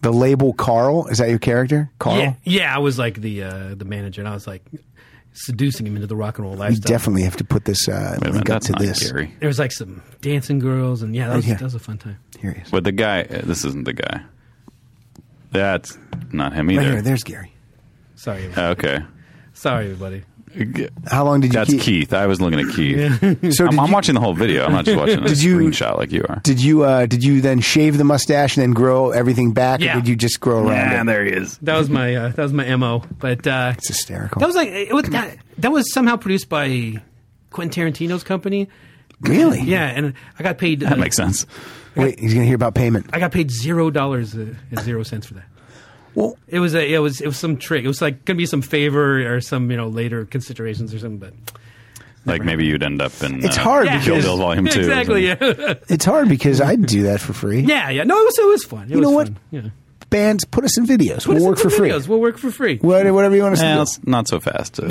The label Carl. Is that your character? Carl?
Yeah, yeah, I was like the uh, the manager, and I was like seducing him into the rock and roll
We
lifestyle.
definitely have to put this uh,
Wait a minute,
link up
that's
to
not
this.
Gary.
there was like some dancing girls, and yeah, that was,
here.
that was a fun time.
Here he is.
But the guy, uh, this isn't the guy. That's not him
Right
either.
here. There's Gary.
Sorry, everybody.
okay.
sorry, everybody.
How long did you
That's
keep?
Keith. I was looking at Keith.
So
I'm,
did
I'm
you,
watching the whole video. I'm not just watching a
Did you-
screenshot like you are.
did you uh, did you then shave the mustache and then grow everything back,
Yeah.
or did you just grow around it?
there he is.
That was my uh, that was my mo. But uh,
It's hysterical.
that was like it was, that, that was somehow produced by Quentin Tarantino's company.
Really?
Yeah, and I got paid.
That makes sense. Wait, he's gonna hear about payment.
I got paid zero dollars uh, and zero cents for that.
Well,
it was a, it was it was some trick. It was like gonna be some favor or some you know later considerations or something. But
Like maybe you'd end up in
It's
uh,
hard
Kill
because-
Bill Volume Two. or
exactly.
something.
Yeah.
It's hard because I'd do that for free.
yeah, yeah. No, it was it was fun. It
You know
was
what?
fun. Yeah.
Bands, put us in videos.
Put us
we'll
in
work
some
for free.
videos. We'll work for free.
What- Whatever you want us
Eh,
to do.
let's- not so fast. Uh,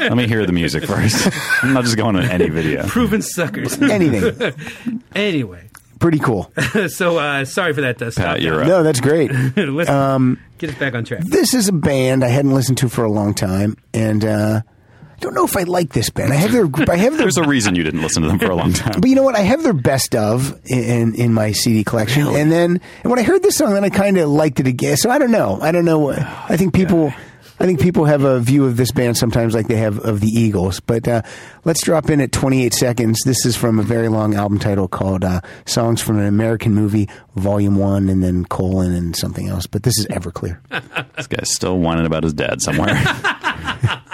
let me hear the music first. I'm not just going on any video.
Proven suckers.
Anything.
anyway,
Pretty cool.
so uh, sorry for that. Uh, stop.
Pat, you're up.
No, that's great.
Let's
Um,
get us back on track.
this is a band I hadn't listened to for a long time, and uh, I don't know if I like this band. I have their, I have their,
There's a reason you didn't listen to them for a long time.
but you know what? I have their best of in in, in my CD collection, and then and when I heard this song, then I kind of liked it again. So I don't know. I don't know what I think people. I think people have a view of this band sometimes like they have of the Eagles. But uh, let's drop in at 28 seconds. This is from a very long album title called uh, Songs from an American Movie, Volume 1, and then colon and something else. But this is Everclear.
This guy's still whining about his dad somewhere.
The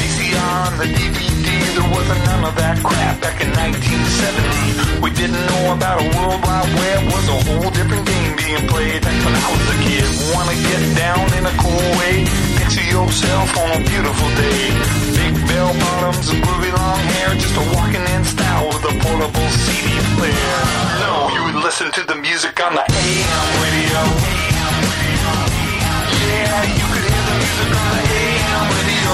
VCR and the DVD, there wasn't none of that crap back in 1970. We didn't know about a World Wide Web, was a whole different game being played back when I was a kid. Wanna get down in a cool way? Picture yourself on a beautiful day. Big bell bottoms and groovy long hair, just a walking in style with a portable CD player. No, you would listen to the music on the AM radio. Yeah, you could hear the music on the AM radio.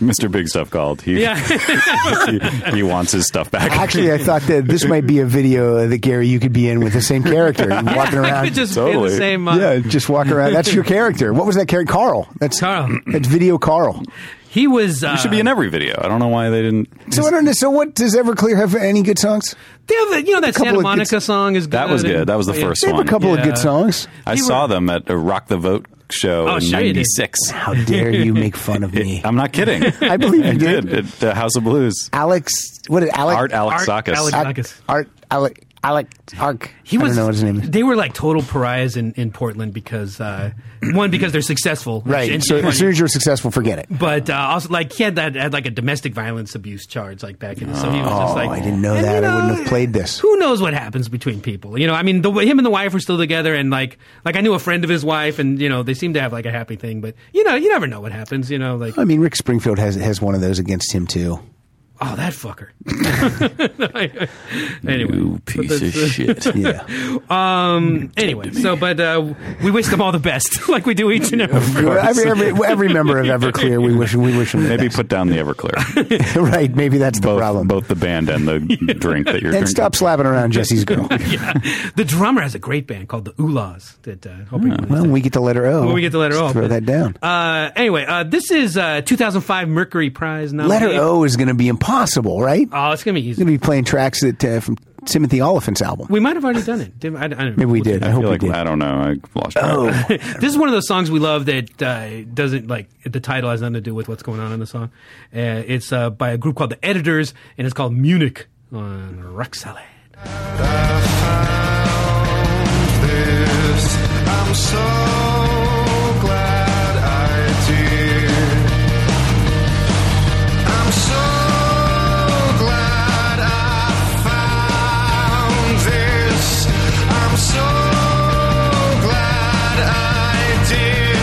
Mr. Big Stuff called. He,
Yeah.
he, he wants his stuff back.
Actually, I thought that this might be a video that Gary you could be in with the same character walking around.
just
Totally.
the same. Uh,
yeah, just walk around. That's your character. What was that character? Carl. That's
Carl.
That's video Carl.
He was. Uh,
He should be in every video. I don't know why they didn't.
So I don't know. So what does Everclear have? Any good songs?
They have the- you know that
couple
Santa
of
Monica
good-
song is good.
That was good. That was the
Yeah.
first
They have a
one.
couple of
Yeah.
good songs.
I
He
saw
were-
them at a Rock the Vote show
Oh,
in
sure you did.
'96.
How dare you make fun of me?
I'm not kidding.
I believe
I
you did.
did at the House of Blues.
Alex. What is Alex?
Art Alex
Art
Sakis.
Alex-
Art. Art. Alec. Alec. Ark.
He was,
I don't know what his name is.
They were like total pariahs in, in Portland because uh, one because they're successful,
Right.
And-
So as soon as you're successful, forget it.
but uh, also like he had that had like a domestic violence abuse charge like back in the so he was just like
Oh, I didn't know
And,
that.
you
I wouldn't have played this.
Who knows what happens between people? You know, I mean, the, him and the wife were still together, and like like I knew a friend of his wife, and you know they seemed to have like a happy thing. But you know, you never know what happens. You know, like
I mean, Rick Springfield has has one of those against him too.
oh that fucker. anyway,
You
but
piece of
that's, uh,
shit.
Yeah.
Um. Anyway, so but uh, we wish them all the best, like we do each and every.
every, every, every member of Everclear, we wish we wish him the
Maybe
best.
put down the Everclear.
right. Maybe that's the
Both,
problem.
both the band and the drink that you're drinking.
and stop slapping around Jesse's girl.
yeah. The drummer has a great band called the Oolas. That uh, hoping
Well, when we get the letter O.
when we get the letter
just
O,
Throw that
but-
down.
Uh, anyway, uh, this is uh, 2005 Mercury Prize nominee.
letter O is going to be impossible, right?
Oh, it's gonna be easy.
We're going to be playing tracks that uh, from Timothy Oliphant's album.
We might have already done it. Did- I, I don't know.
Maybe we
We'll
did.
check.
I,
I,
hope
feel
we
like
did.
I don't know. I lost. track.
Oh,
This is one of those songs we love that uh, doesn't like the title has nothing to do with what's going on in the song. Uh, it's uh, by a group called the Editors, and it's called Munich on Rock Salad.
this. I'm so glad I did. I'm so glad I found this. I'm so glad I did.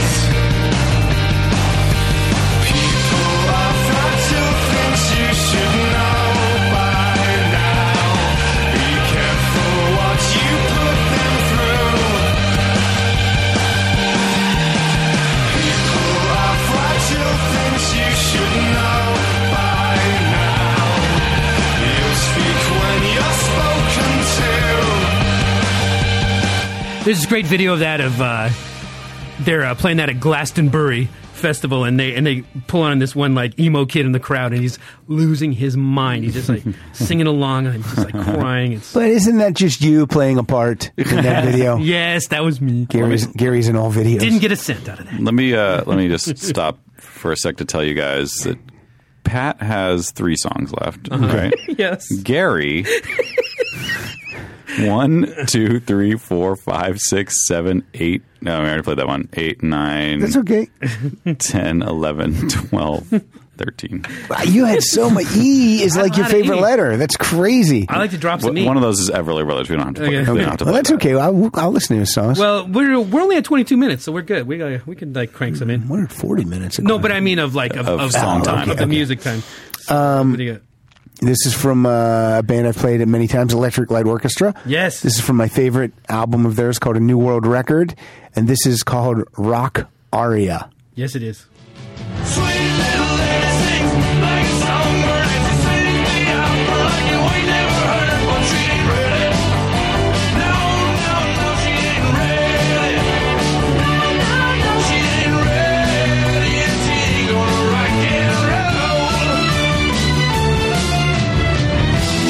People are fed to things you should know by now. Be careful what you put them through. People are fragile things you should know by now. You'll speak when you're spoken to.
There's this great video of that of uh, they're uh, playing that at Glastonbury Festival, and they and they pull on this one like emo kid in the crowd, and he's losing his mind. He's just like singing along, and he's just like crying. It's
but isn't that just you playing a part in that video?
yes, that was me.
Gary's, Gary's in all videos.
Didn't get a cent out of that.
Let me uh, let me just stop for a sec to tell you guys that Pat has three songs left.
Uh-huh.
Right?
Yes.
Gary. one, two, three, four, five, six, seven, eight. No, I already played that one. Eight, nine,
That's okay.
10, 11, 12, 13.
Wow, You had so much. E is like your
lot of
favorite
E.
letter. That's crazy.
I like to drop some
W-
meat.
One of those is Everly Brothers. We don't have to play.
Okay.
We
Okay.
don't have to
Well,
play.
that's okay. I'll, I'll listen to his songs.
Well, we're we're only at 22 minutes, so we're good. We got we can like crank some in.
We're at 40 minutes.
No, but I mean of like of,
Of song time.
of the
Okay.
music time.
Um,
What do you got?
This is from uh, a band I've played at many times, Electric Light Orchestra.
Yes.
This is from my favorite album of theirs called A New World Record, and this is called Rock Aria.
Yes, it is.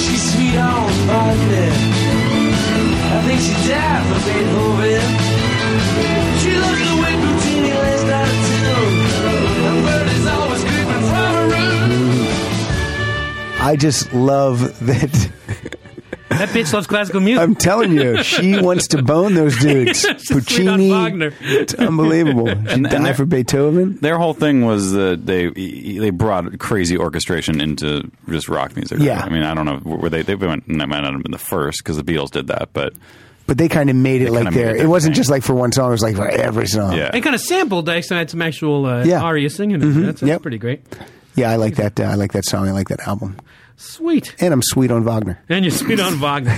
She's sweet on Bartlett. I think she died for Beethoven. She loves the way Puccini lays down a tune. The bird is always creeping from her room.
I just love that.
That bitch loves classical music.
I'm telling you, she wants to bone those dudes.
She's sweet on
Puccini.
Wagner.
It's unbelievable. She
and
died
they're-
for Beethoven.
Their whole thing was that they they brought crazy orchestration into just rock music. right?
Yeah.
I mean, I don't know were they they went and that might not have been the first because the Beatles did that, but
But they kind of made it
They
like
kinda made
their.
it
It
their
wasn't
thing.
just like for one song, it was like for every song.
yeah.
And kind of sampled. I had some actual uh,
Yeah. Mm-hmm.
aria singing. in it. That's, that's
Yep.
pretty great.
Yeah, I like that. Uh, I like that song. I like that album.
Sweet.
And I'm sweet on Wagner.
And you spit on Wagner.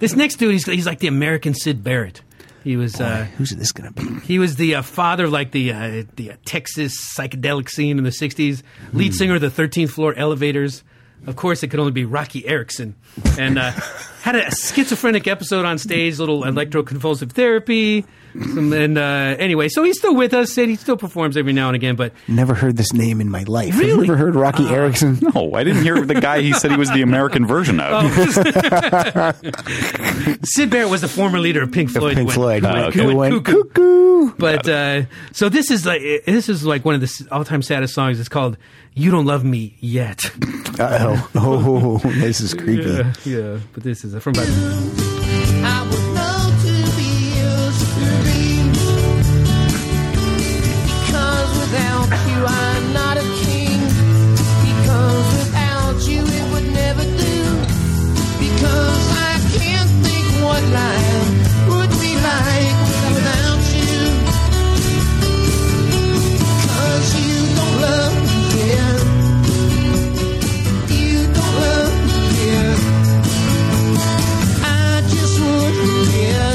this next dude, he's, he's like the American Sid Barrett. He was uh,
Who's this going to be?
he was the uh, father of like the uh, the uh, Texas psychedelic scene in the '60s. Lead singer of the 13th Floor Elevators. Of course, it could only be Rocky Erickson, and uh, had a schizophrenic episode on stage, little electroconvulsive therapy, some, and uh, anyway, so he's still with us, and he still performs every now and again. But
Never heard this name in my life. Have you
Really? Ah.
ever heard Rocky Erickson?
No, I didn't hear the guy he said he was the American version of.
Oh,
Sid Barrett was the former leader of Pink Floyd.
Pink
when-
Floyd.
when-
okay.
Who
when
went
cuckoo.
cuckoo.
But uh, so this is like this is like one of the all-time saddest songs. It's called "You Don't Love Me Yet."
Uh oh. Oh, this is creepy.
yeah, yeah. But this is uh, from about
I would love to be yours to be. Because without you, I'm not a king. Because without you, it would never do. Because I can't think what life would be like without you. Because you don't love me, dear. You don't love me, dear. I just wouldn't care.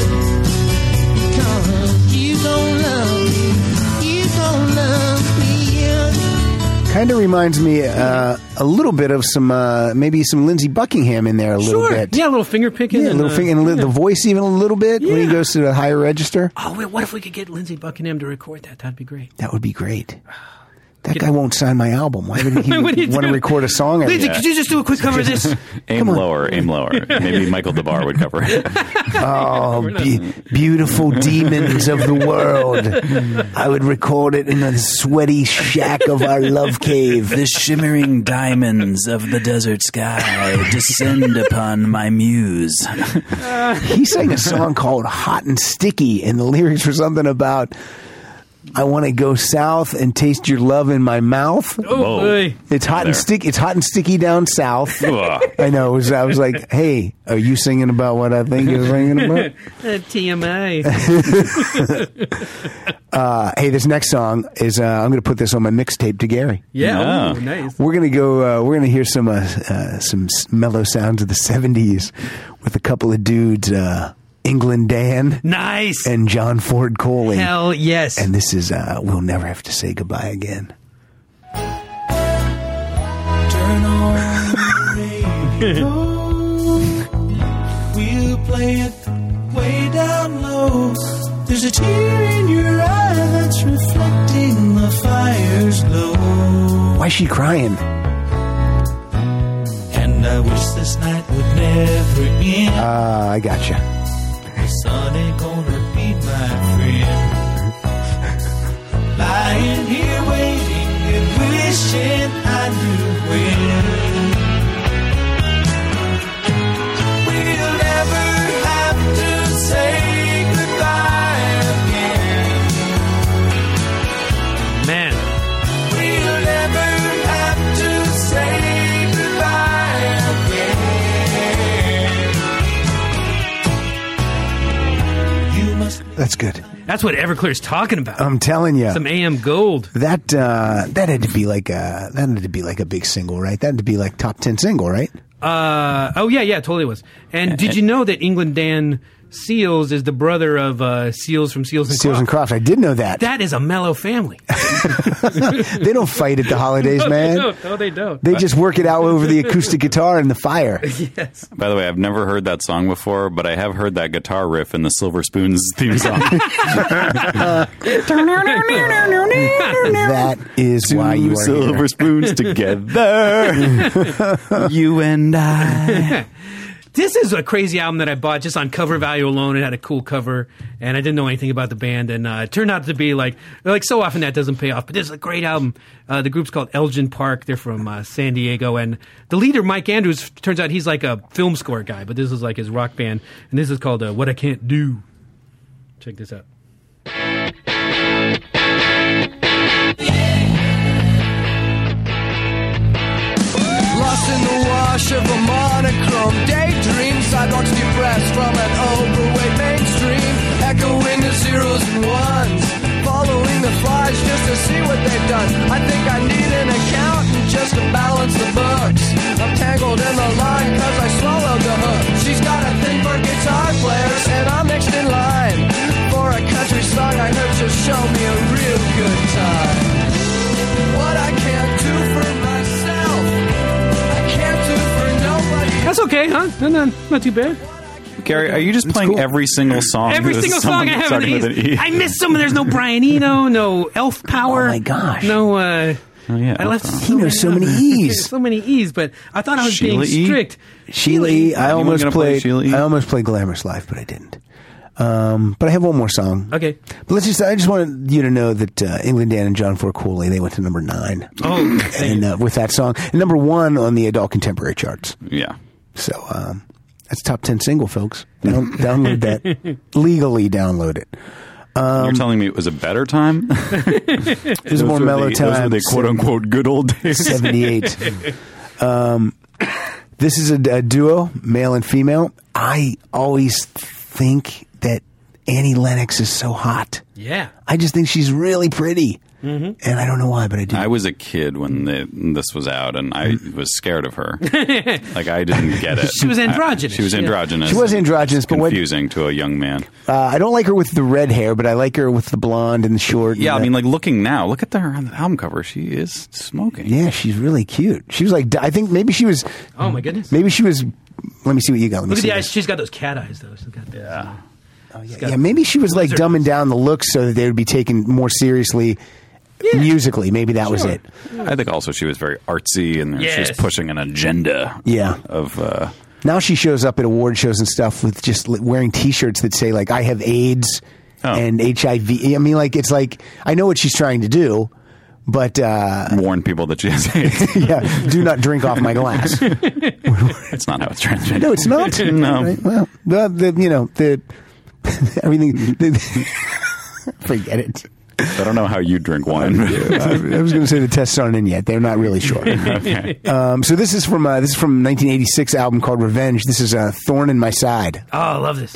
Because you don't love me. You don't love me, yeah.
Kind of reminds me uh, a little bit of some uh, maybe some Lindsey Buckingham in there a little
sure,
bit.
yeah, a little finger picking,
Yeah, a
and,
little
uh,
thing, and li- the voice even a little bit when he
Yeah.
goes to the higher register.
Oh wait, what if we could get Lindsey Buckingham to record that? That'd be great.
That would be great. That guy won't sign my album. Why would he
What do you
want to
do?
record a song? every
Lindsey,
day?
could you just do a quick cover of this?
Aim lower, aim lower. Maybe Michael DeBar would cover it.
Oh, be- beautiful demons of the world. I would record it in the sweaty shack of our love cave.
The shimmering diamonds of the desert sky descend upon my muse.
He sang a song called Hot and Sticky, and the lyrics were something about. I want to go south and taste your love in my mouth.
Oh,
Whoa.
boy.
It's hot and
There.
sticky. It's hot and sticky down south.
Ugh.
I know. It was, I was like, "Hey, are you singing about what I think you're singing about?"
Uh, TMI.
Uh, hey, this next song is. Uh, I'm going to put this on my mixtape to Gary.
Yeah,
Yeah.
ooh, nice.
We're gonna go. Uh, we're gonna hear some uh, uh, some s- mellow sounds of the '70s with a couple of dudes, uh, England Dan
Nice.
and John Ford Coley.
Hell yes.
And this is uh, "We'll Never Have to Say Goodbye Again."
Turn on the radio. We'll play it way down low. There's a tear in your eye that's reflecting the fire's glow.
Why is she crying?
And I wish this night would never end.
Uh, I gotcha.
The sun ain't gonna be my friend. Lying here waiting and wishing I knew when. We'll never have to say goodbye again.
Man,
We'll never
That's good.
That's what Everclear's talking about.
I'm telling you.
Some AM gold.
That uh, that had to be like a that had to be like a big single, right? That had to be like top ten single, right?
Uh, oh yeah, yeah, totally was. And did you know that England Dan Seals is the brother of uh, Seals from Seals and
Seals and Croft. I did know that.
That is a mellow family.
they don't fight at the holidays,
No, they
man.
don't. No, Oh, they don't.
They just work it out over the acoustic guitar and the fire.
yes.
By the way, I've never heard that song before, but I have heard that guitar riff in the Silver Spoons theme song.
that is why you are
Silver
here.
Spoons together. you and I.
This is a crazy album that I bought just on cover value alone. It had a cool cover, and I didn't know anything about the band. And uh, it turned out to be like, like so often that doesn't pay off. But this is a great album. Uh, the group's called Elgin Park. They're from uh, San Diego, and the leader Mike Andrews turns out he's like a film score guy, but this is like his rock band. And this is called uh, What I Can't Do. Check this out.
Lost in the wash of a monochrome daydream. Sidewalks depressed from an overweight mainstream. Echoing the zeros and ones. Following the flies just to see what they've done. I think I need an accountant just to balance the books. I'm tangled in the line cause I swallowed the hook. She's got a thing for guitar players and I'm next in line. For a country song I heard just show me a real good time. What I can't do for myself. I can't do for nobody.
That's okay, huh? No, no, not too bad.
Gary, are you just playing every single song?
Every
that
single
someone
song I have in
starting
these.
with an E?
I missed some. There's no Brian Eno, no Elf Power.
Oh, my gosh.
No. uh
Oh, yeah,
I left.
He knows so many E's.
so many E's, but I thought I was
Sheila E?
being strict.
Sheila E. I
Anyone
almost
gonna play
played.
Sheila E?
I almost played "Glamorous Life," but I didn't. Um, but I have one more song.
Okay.
But let's just. I just wanted you to know that uh, England Dan and John Ford Cooley they went to number nine.
Oh, thank
and
you.
uh, with that song, and number one on the adult contemporary charts.
Yeah.
So um, that's top ten single, folks. Down, download that legally. Download it.
You're telling me it was a better time?
Um, It was more
were
mellow
the, Those were
time.
the quote unquote good old days.
78. um, this is a, a duo, male and female. I always think that Annie Lennox is so hot.
yeah.
I just think she's really pretty.
Mm-hmm.
And I don't know why, but I do.
I was a kid when the, this was out, and I was scared of her. Mm-hmm. like I didn't get it.
She was
I-
androgynous,
she was
yeah.
androgynous.
She was
and
androgynous, but what-
confusing to a young man.
Uh, I don't like her with the red hair, but I like her with the blonde and the short. and
Yeah, I
the-
mean, like looking now, look at her on the album cover. She is smoking.
yeah, she's really cute. She was like, di- I think maybe she was,
Oh my goodness.
maybe she was. Let me see what you got. Let me
Look at
see
the eyes.
this.
She's got those cat eyes though. She's got those, uh,
Yeah, maybe she was like
Lizard.
dumbing down the looks so that they would be taken more seriously musically. Maybe that was
Sure.
it.
I think also she was very artsy, and she was
Yes.
pushing an agenda.
Yeah.
of uh,
Now she shows up at award shows and stuff with just li- wearing T-shirts that say like "I have AIDS"
Oh.
and HIV. I mean, like it's like I know what she's trying to do, but uh,
warn people that she has AIDS.
yeah, do not drink off my glass.
That's not how it's transmitted.
No, it's not.
No.
Right? Well, the, the you know the everything. The, forget it.
I don't know how you drink wine.
I, I was going to say the tests aren't in yet. They're not really sure. um, so this is from uh, this is from 1986 album called Revenge. This is uh, Thorn in My Side.
oh, I love this.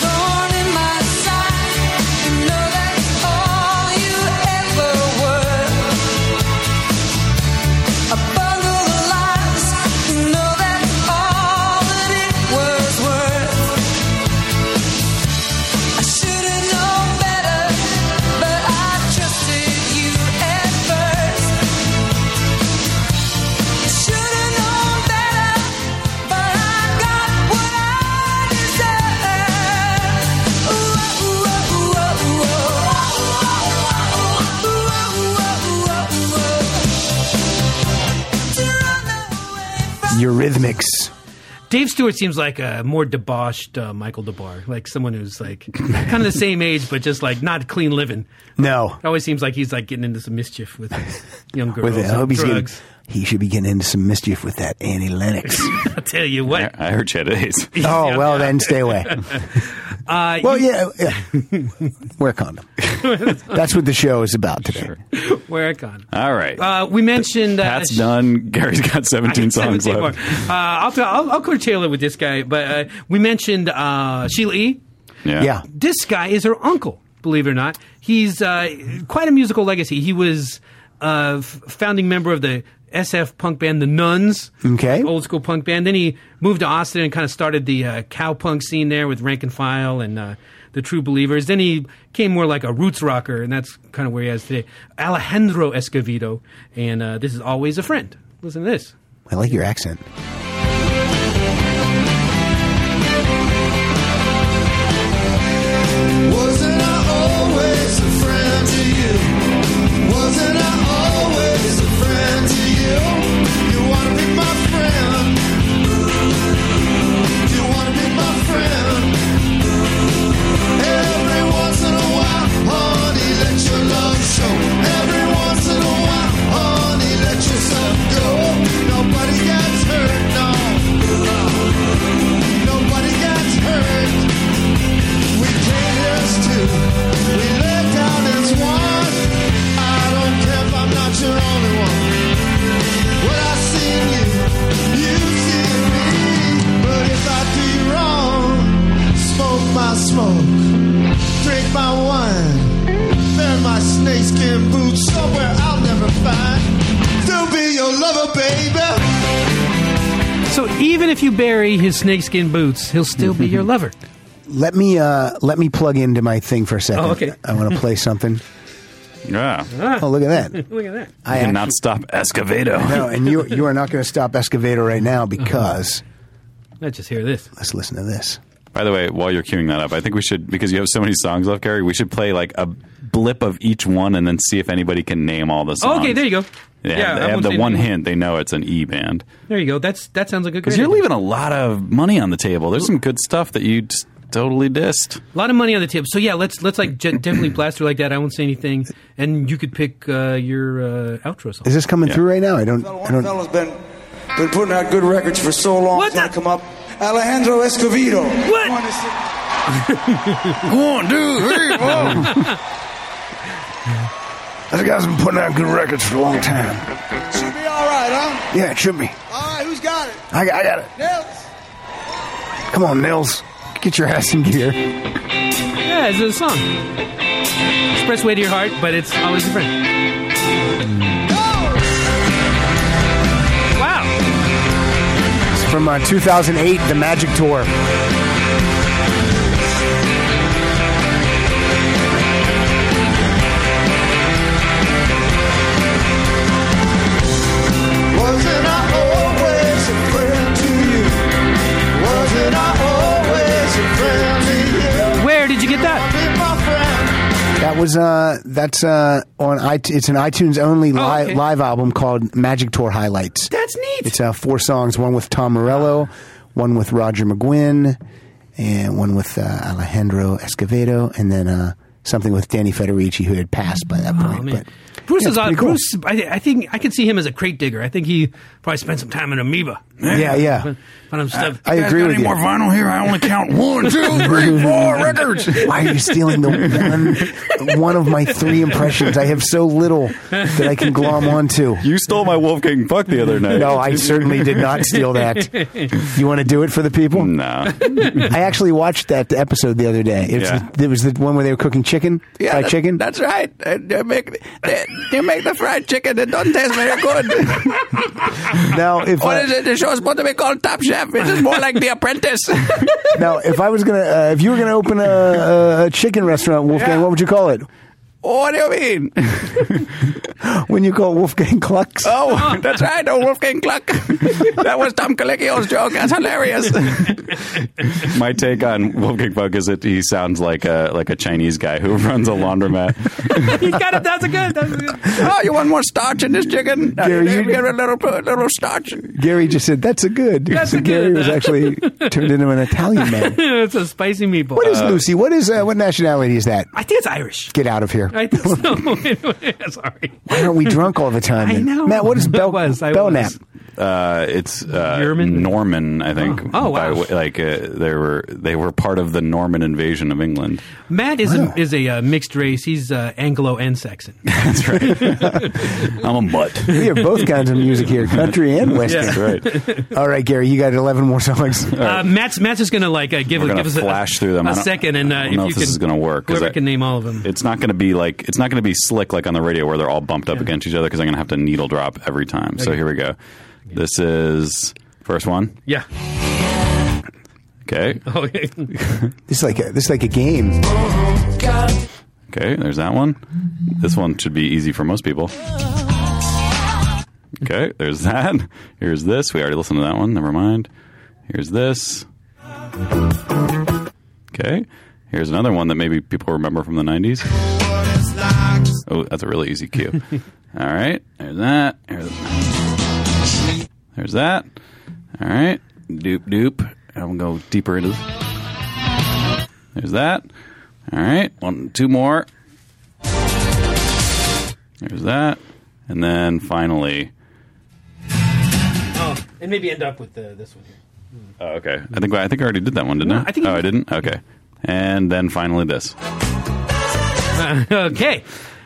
thorn in my side. You know that's all you ever were. A bundle of lies. You know that's all that it was worth. I should have known better, but I trusted you at first. You should have known better, but I got what I deserved.
Eurythmics.
Dave Stewart seems like a more debauched uh, Michael DeBar, like someone who's like kind of the same age, but just like not clean living.
No.
Oh, It always seems like he's like getting into some mischief with young girls.
With it. I
and
hope he's
drugs.
getting. he should be getting into some mischief with that Annie Lennox.
I'll tell you what.
I heard you had AIDS.
oh well, then stay away.
Uh,
Well, yeah, yeah. wear a condom. That's what the show is about today.
Where it gone?
All right.
Uh, we mentioned uh,
Pat's done. Gary's got 17 songs
17
left.
more. Uh, I'll, t- I'll, I'll curtail it with this guy, but uh, we mentioned uh, Sheila E.
Yeah. Yeah.
This guy is her uncle, believe it or not. He's uh, quite a musical legacy. He was uh, f- founding member of the SF punk band The Nuns,
Okay.
old school punk band. Then he moved to Austin and kind of started the uh, cowpunk scene there with Rank and File and uh, the True Believers. Then he came more like a roots rocker, and that's kind of where he is today. Alejandro Escovedo, and uh, this is always a friend. Listen to this.
I like your accent.
Wasn't I always a friend to you? Wasn't I always a friend to you? You wanna be my friend? You wanna be my friend? Every once in a while, honey, let your love show. Every once in a while, honey, let yourself go. Nobody gets hurt, no. Nobody gets hurt. We came as two. We lay down as one. I don't care if I'm not your only one. Well, I see in you, you see in me. But if I do you wrong, smoke my smoke, drink my wine, bury my snakeskin boots somewhere I'll never find. Still be your lover, baby.
So even if you bury his snakeskin boots, he'll still be your lover.
Let me uh, let me plug into my thing for a second.
Oh, okay.
I want to play something.
Yeah.
Uh,
Oh, look at that!
Look at that.
I
I cannot stop Escovedo.
No, and you you are not going to stop Escovedo right now
Uh-huh.
because
Let's just hear this.
let's listen to this.
By the way, while you're queuing that up, I think we should because you have so many songs left, Gary. We should play like a blip of each one and then see if anybody can name all the songs.
Okay, there you go.
Yeah,
Yeah, I
they
won't
have the
say
one
anything.
hint. They know it's an E band
There you go. That's that sounds like a
because
good.
you're leaving a lot of money on the table. There's some good stuff that you just totally dissed.
A lot of money on the table. So yeah, let's let's like j- definitely blaster like that. I won't say anything, and you could pick uh, your uh, outro song.
Is this coming through right now? I don't. I don't.
Fella's been been putting out good records for so long. What's gonna come up? Alejandro Escovedo.
What?
One, two, three, four.
This guy's been putting out good records for a long time.
Should be all right, huh?
Yeah, it should be.
All right, who's got it?
I, I got it.
Nils.
Come on, Nils. Get your ass in gear.
Yeah, it's a song. Express way to your heart, but it's always a friend. Wow.
It's from uh, 2008, the Magic Tour.
Wasn't I always a friend to you? Wasn't I always a friend to you?
Where did you get that?
Be my friend.
That was uh, that's uh, on it, it's an iTunes only li-
Oh, okay.
live album called Magic Tour Highlights.
That's neat.
It's uh, four songs: one with Tom Morello, one with Roger McGuinn, and one with uh, Alejandro Escovedo, and then uh, something with Danny Federici, who had passed by that
Oh,
point.
man.
but
Bruce
yeah,
is
it's
on.
pretty cool.
Bruce, I, I think I could see him as a crate digger. I think he probably spent some time in Amoeba.
Yeah, yeah.
Found him stuff.
I agree with you.
vinyl here? I only count one, two, three, four records.
Why are you stealing the one, one of my three impressions? I have so little that I can glom onto.
You stole my Wolfgang Puck the other night.
No, I certainly did not steal that. You want to do it for the people?
No.
I actually watched that episode the other day. It was,
Yeah.
the, it was the one where they were cooking chicken, fried
that-
chicken.
That's right. Uh, They make, they, they make the fried chicken. It doesn't taste very good.
Now, if
What
I,
is it? The show is supposed to be called Top Chef. It is more like The Apprentice.
now if I was gonna, uh, if you were gonna open a, a, a chicken restaurant, Wolfgang,
Yeah.
what would you call it?
Oh, what do you mean?
When you call it Wolfgang Klux?
Oh, that's right. Oh, Wolfgang Kluck. that was Tom Colicchio's joke. That's hilarious.
My take on Wolfgang Puck is that he sounds like a like a Chinese guy who runs a laundromat.
He's got it. That's a good. That's a good.
oh, you want more starch in this chicken?
Gary, you-
you get a little, little starch.
Gary just said that's a good.
That's
so
a good,
Gary was
uh,
actually turned into an Italian man.
it's a spicy meatball.
Uh.
What is Lucy? What is uh, what nationality is that?
I think it's Irish.
Get out of here.
I think so. Sorry.
Why aren't we drunk all the time?
I
then?
know.
Matt, what is Bell, Belknap?
Uh, it's uh, Norman, I think.
Oh, wow.
By- like uh, they were they were part of the Norman invasion of England.
Matt is a, is a uh, mixed race. He's uh, Anglo and Saxon.
That's right. I'm a mutt.
We have both kinds of music here, country and western.
Yeah. That's
All right, Gary, you got 11 more songs.
Uh, Matt's Matt's just gonna like uh, give
We're gonna
give us a-
flash
a,
through them. I
a
don't-
second, and uh,
I don't
if
know
you
if
can,
this is gonna work, 'cause
whoever
I-
can name all of them.
It's not going to be like it's not going to be slick like on the radio where they're all bumped up against each other because I'm going to have to needle drop every time. So
Okay.
here we go. This is first one.
Yeah.
Okay.
Okay.
This is like a, this is like a game.
Okay. There's that one. This one should be easy for most people. Okay. There's that. Here's this. We already listened to that one. Never mind. Here's this. Okay. Here's another one that maybe people remember from the 90s. Oh, that's a really easy cue. All right. There's that. There's that. There's that. All right. Doop doop. I'm going to go deeper into this. There's that. All right. One, two more. There's that. And then finally.
Oh, and maybe end up with uh, this one.
Oh, okay. I think I think I already did that one, didn't
No,
I?
I think
oh, I didn't. Okay. And then finally this.
here. okay.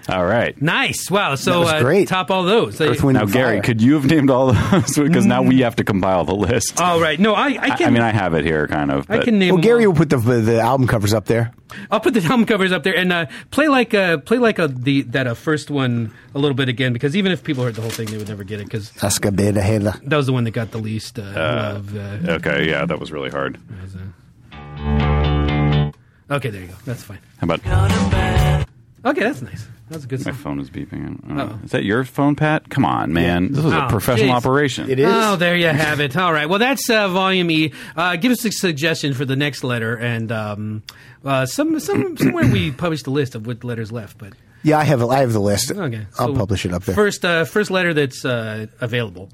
All right.
Nice. Wow. So
That was
uh,
great.
top all those.
now, Gary, could you have named all those? Because now we have to compile the list.
All right. No, Mm. Oh, I I can.
I, mean, I have it here, kind of.
I
but-
can name
Well,
them
Gary will put the the album covers up there.
I'll put the album covers up there and uh, play like uh, play like uh the that uh, first one a little bit again because even if people heard the whole thing, they would never get it because
Ascabedahela.
that was the one that got the least uh,
Uh,
love. Uh,
okay, yeah, that was really hard.
Okay, there you go. That's fine.
How about
Okay, that's nice. That's a good
my
song.
phone is beeping? I don't know.
Uh-oh.
Is that your phone, Pat? Come on, man. This was a
Oh,
professional
jeez.
operation.
Oh, there you have it. All right. Well, that's uh, volume E. Uh, give us a suggestion for the next letter, and um, uh, some, some somewhere we published a list of what letters left. But
Yeah, I have I have the list.
okay,
I'll
So
publish it up there.
First, uh, first letter that's uh, available.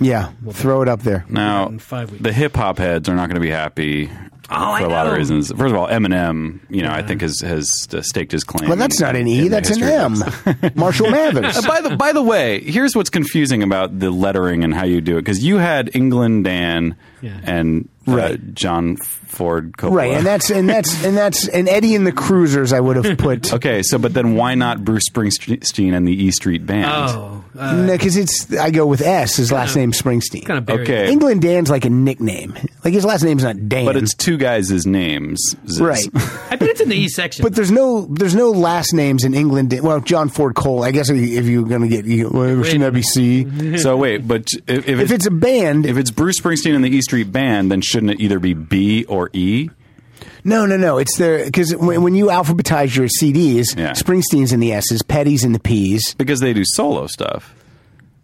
yeah, throw it up there.
Now, the hip hop heads are not going to be happy
I
Oh,
for a lot of
know.
reasons. First of all, Eminem, you know, I think has has uh, staked his claim.
Well, that's
in-
not an
in
E.
the
That's an
history of
M. Marshall Mathers.
Uh, by the by the way, here's what's confusing about the lettering and how you do it because you had England Dan and uh, John Ford Coppola.
Right, and that's and that's and that's and Eddie and the Cruisers. I would have put
okay. So, but then why not Bruce Springsteen and the E Street Band?
Oh,
because it's I go with S. His last name Springsteen.
kinda buried. Okay.
England Dan's like a nickname. Like his last name's not Dan.
But it's two guys' names, Ziz.
Right.
I bet it's in the E section.
But there's no there's no last names in England. Dan- Well, John Ford Cole. I guess if you- if you're gonna get you, well, shouldn't that be C?
so wait, but if, if,
If it's a band,
Mm-hmm. if it's Bruce Springsteen and the E Street Band, then shouldn't it either be B or E?
No, no, no. It's there because when, when you alphabetize your CDs, Springsteen's in the S's, Petty's in the P's.
Because they do solo stuff.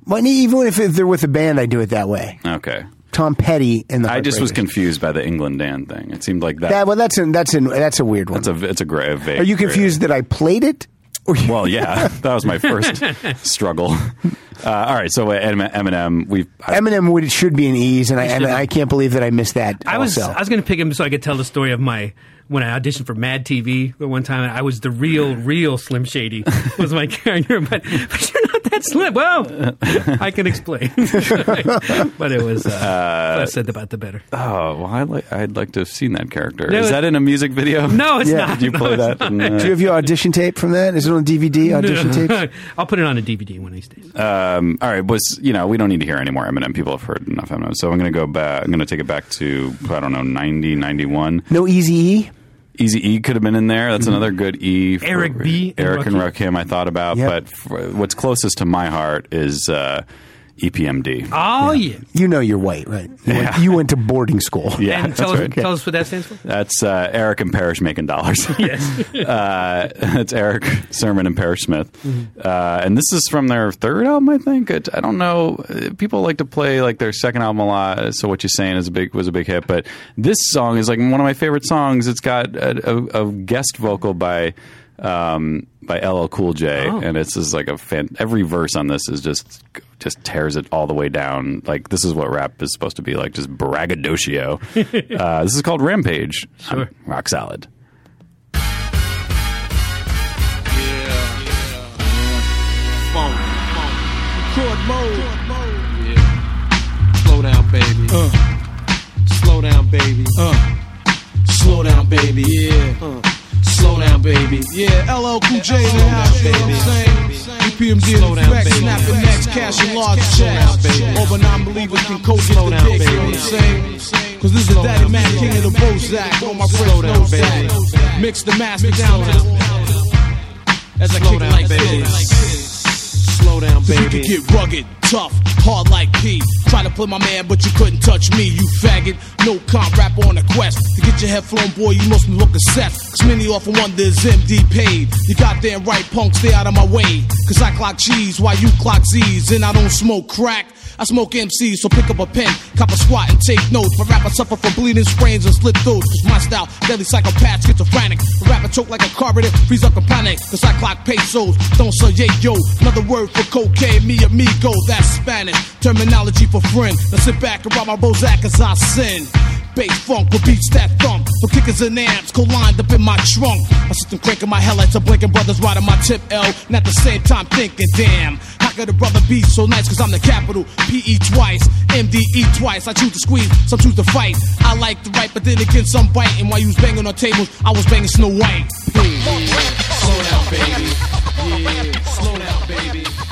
But even if, if they're with a band, I do it that way.
Okay.
Tom Petty in the.
I just was
Heartbreakers.
confused by the England Dan thing. It seemed like that.
Yeah, well, that's in that's in that's a weird one.
That's a it's a gray. Vague,
Are you
gray-
confused that I played it?
Well, yeah, that was my first struggle. Uh, all right, so uh, Em- Eminem, we
Eminem would it should be an E's, and I
should
and
be.
I can't believe that I missed that.
I was
also.
I was going to pick him so I could tell the story of my when I auditioned for Mad TV at one time. I was the real, real Slim Shady was my character, but, but you're not that slim. Well, I can explain, but it was. Uh, the less said about the better.
Oh well, I'd like I'd like to have seen that character.
No,
Is
it-
that in a music video?
No, it's not.
Did you
No,
play
it's
that?
not.
in, uh,
Do you have your audition tape from that? Is it on DVD? Audition tapes?
I'll put it on a DVD one of these days.
Um, all right, was you know we don't need to hear any more Eminem. People have heard enough Eminem, so I'm going to go back. I'm going to take it back to I don't know 90, 91.
No Easy E.
Easy E could have been in there. That's another good E. For,
Mm-hmm. Eric B and
Eric and
Rakim.
Rakim. I thought about,
Yep.
but for, what's closest to my heart is uh, EPMD.
Oh yeah,
You know you're white, right? You, went,
Yeah.
you went to boarding school.
Yeah,
and tell us
that's right.
tell us what that stands for.
That's uh, Eric and Parrish making dollars.
Yes.
uh, that's Eric Sermon and Parrish Smith. Uh, and this is from their third album, I think. It, I don't know. Uh, People like to play like their second album a lot. So what you're saying is a big was a big hit, but this song is like one of my favorite songs. It's got a, a, a guest vocal by. Um, by LL Cool J,
Oh.
and it's just like a fan. Every verse on this is just just tears it all the way down. Like this is what rap is supposed to be like, just braggadocio. uh, this is called Rampage. Sure, rock solid.
Yeah.
Record mode. Slow down, baby. Slow down, baby. Slow down, baby. Yeah. Slow down, baby. Yeah. LL Cool J in the house. You know what I'm saying? EPMD in effect, snapping necks, cashing large checks. All but non-believers can coach the dick. You know what I'm saying? Cause this is Daddy Man, King of the Bozak. All my friends know that. Mix the master down to the as I kick it like this. Slow down,
baby.
You could get rugged, tough, hard like P. Try to play my man, but you couldn't touch me, you faggot. No comp rapper on a quest. To get your head flown, boy, you must be looking set. Cause many often wonder is MD paid. You goddamn right, punk, stay out of my way. Cause I clock G's while you clock Z's, and I don't smoke crack. I smoke MCs, so pick up a pen, cop a squat, and take notes. For rap, I suffer from bleeding sprains and slip throats. Cause my style, deadly psychopath, schizophrenic. For rap, I choke like a carburetor, freeze up and panic. Cause I clock pesos, don't say yeah, yo. Another word for cocaine, me amigo, that's Spanish. Terminology for friend. Now sit back and rob my Bozak as I sin. Bass funk with beats that thump. For kickers and amps, co-lined up in my trunk. I sit them cranking my headlights, I'm blinking brothers riding my tip L. And at the same time thinking, damn, how could a brother be so nice? Cause I'm the capital, PE twice, MDE twice. I choose to squeeze, some choose to fight. I like to write, but then again, some bite. And while you was banging on tables, I was banging Snow White. Slow down, baby. Yeah, slow down, baby.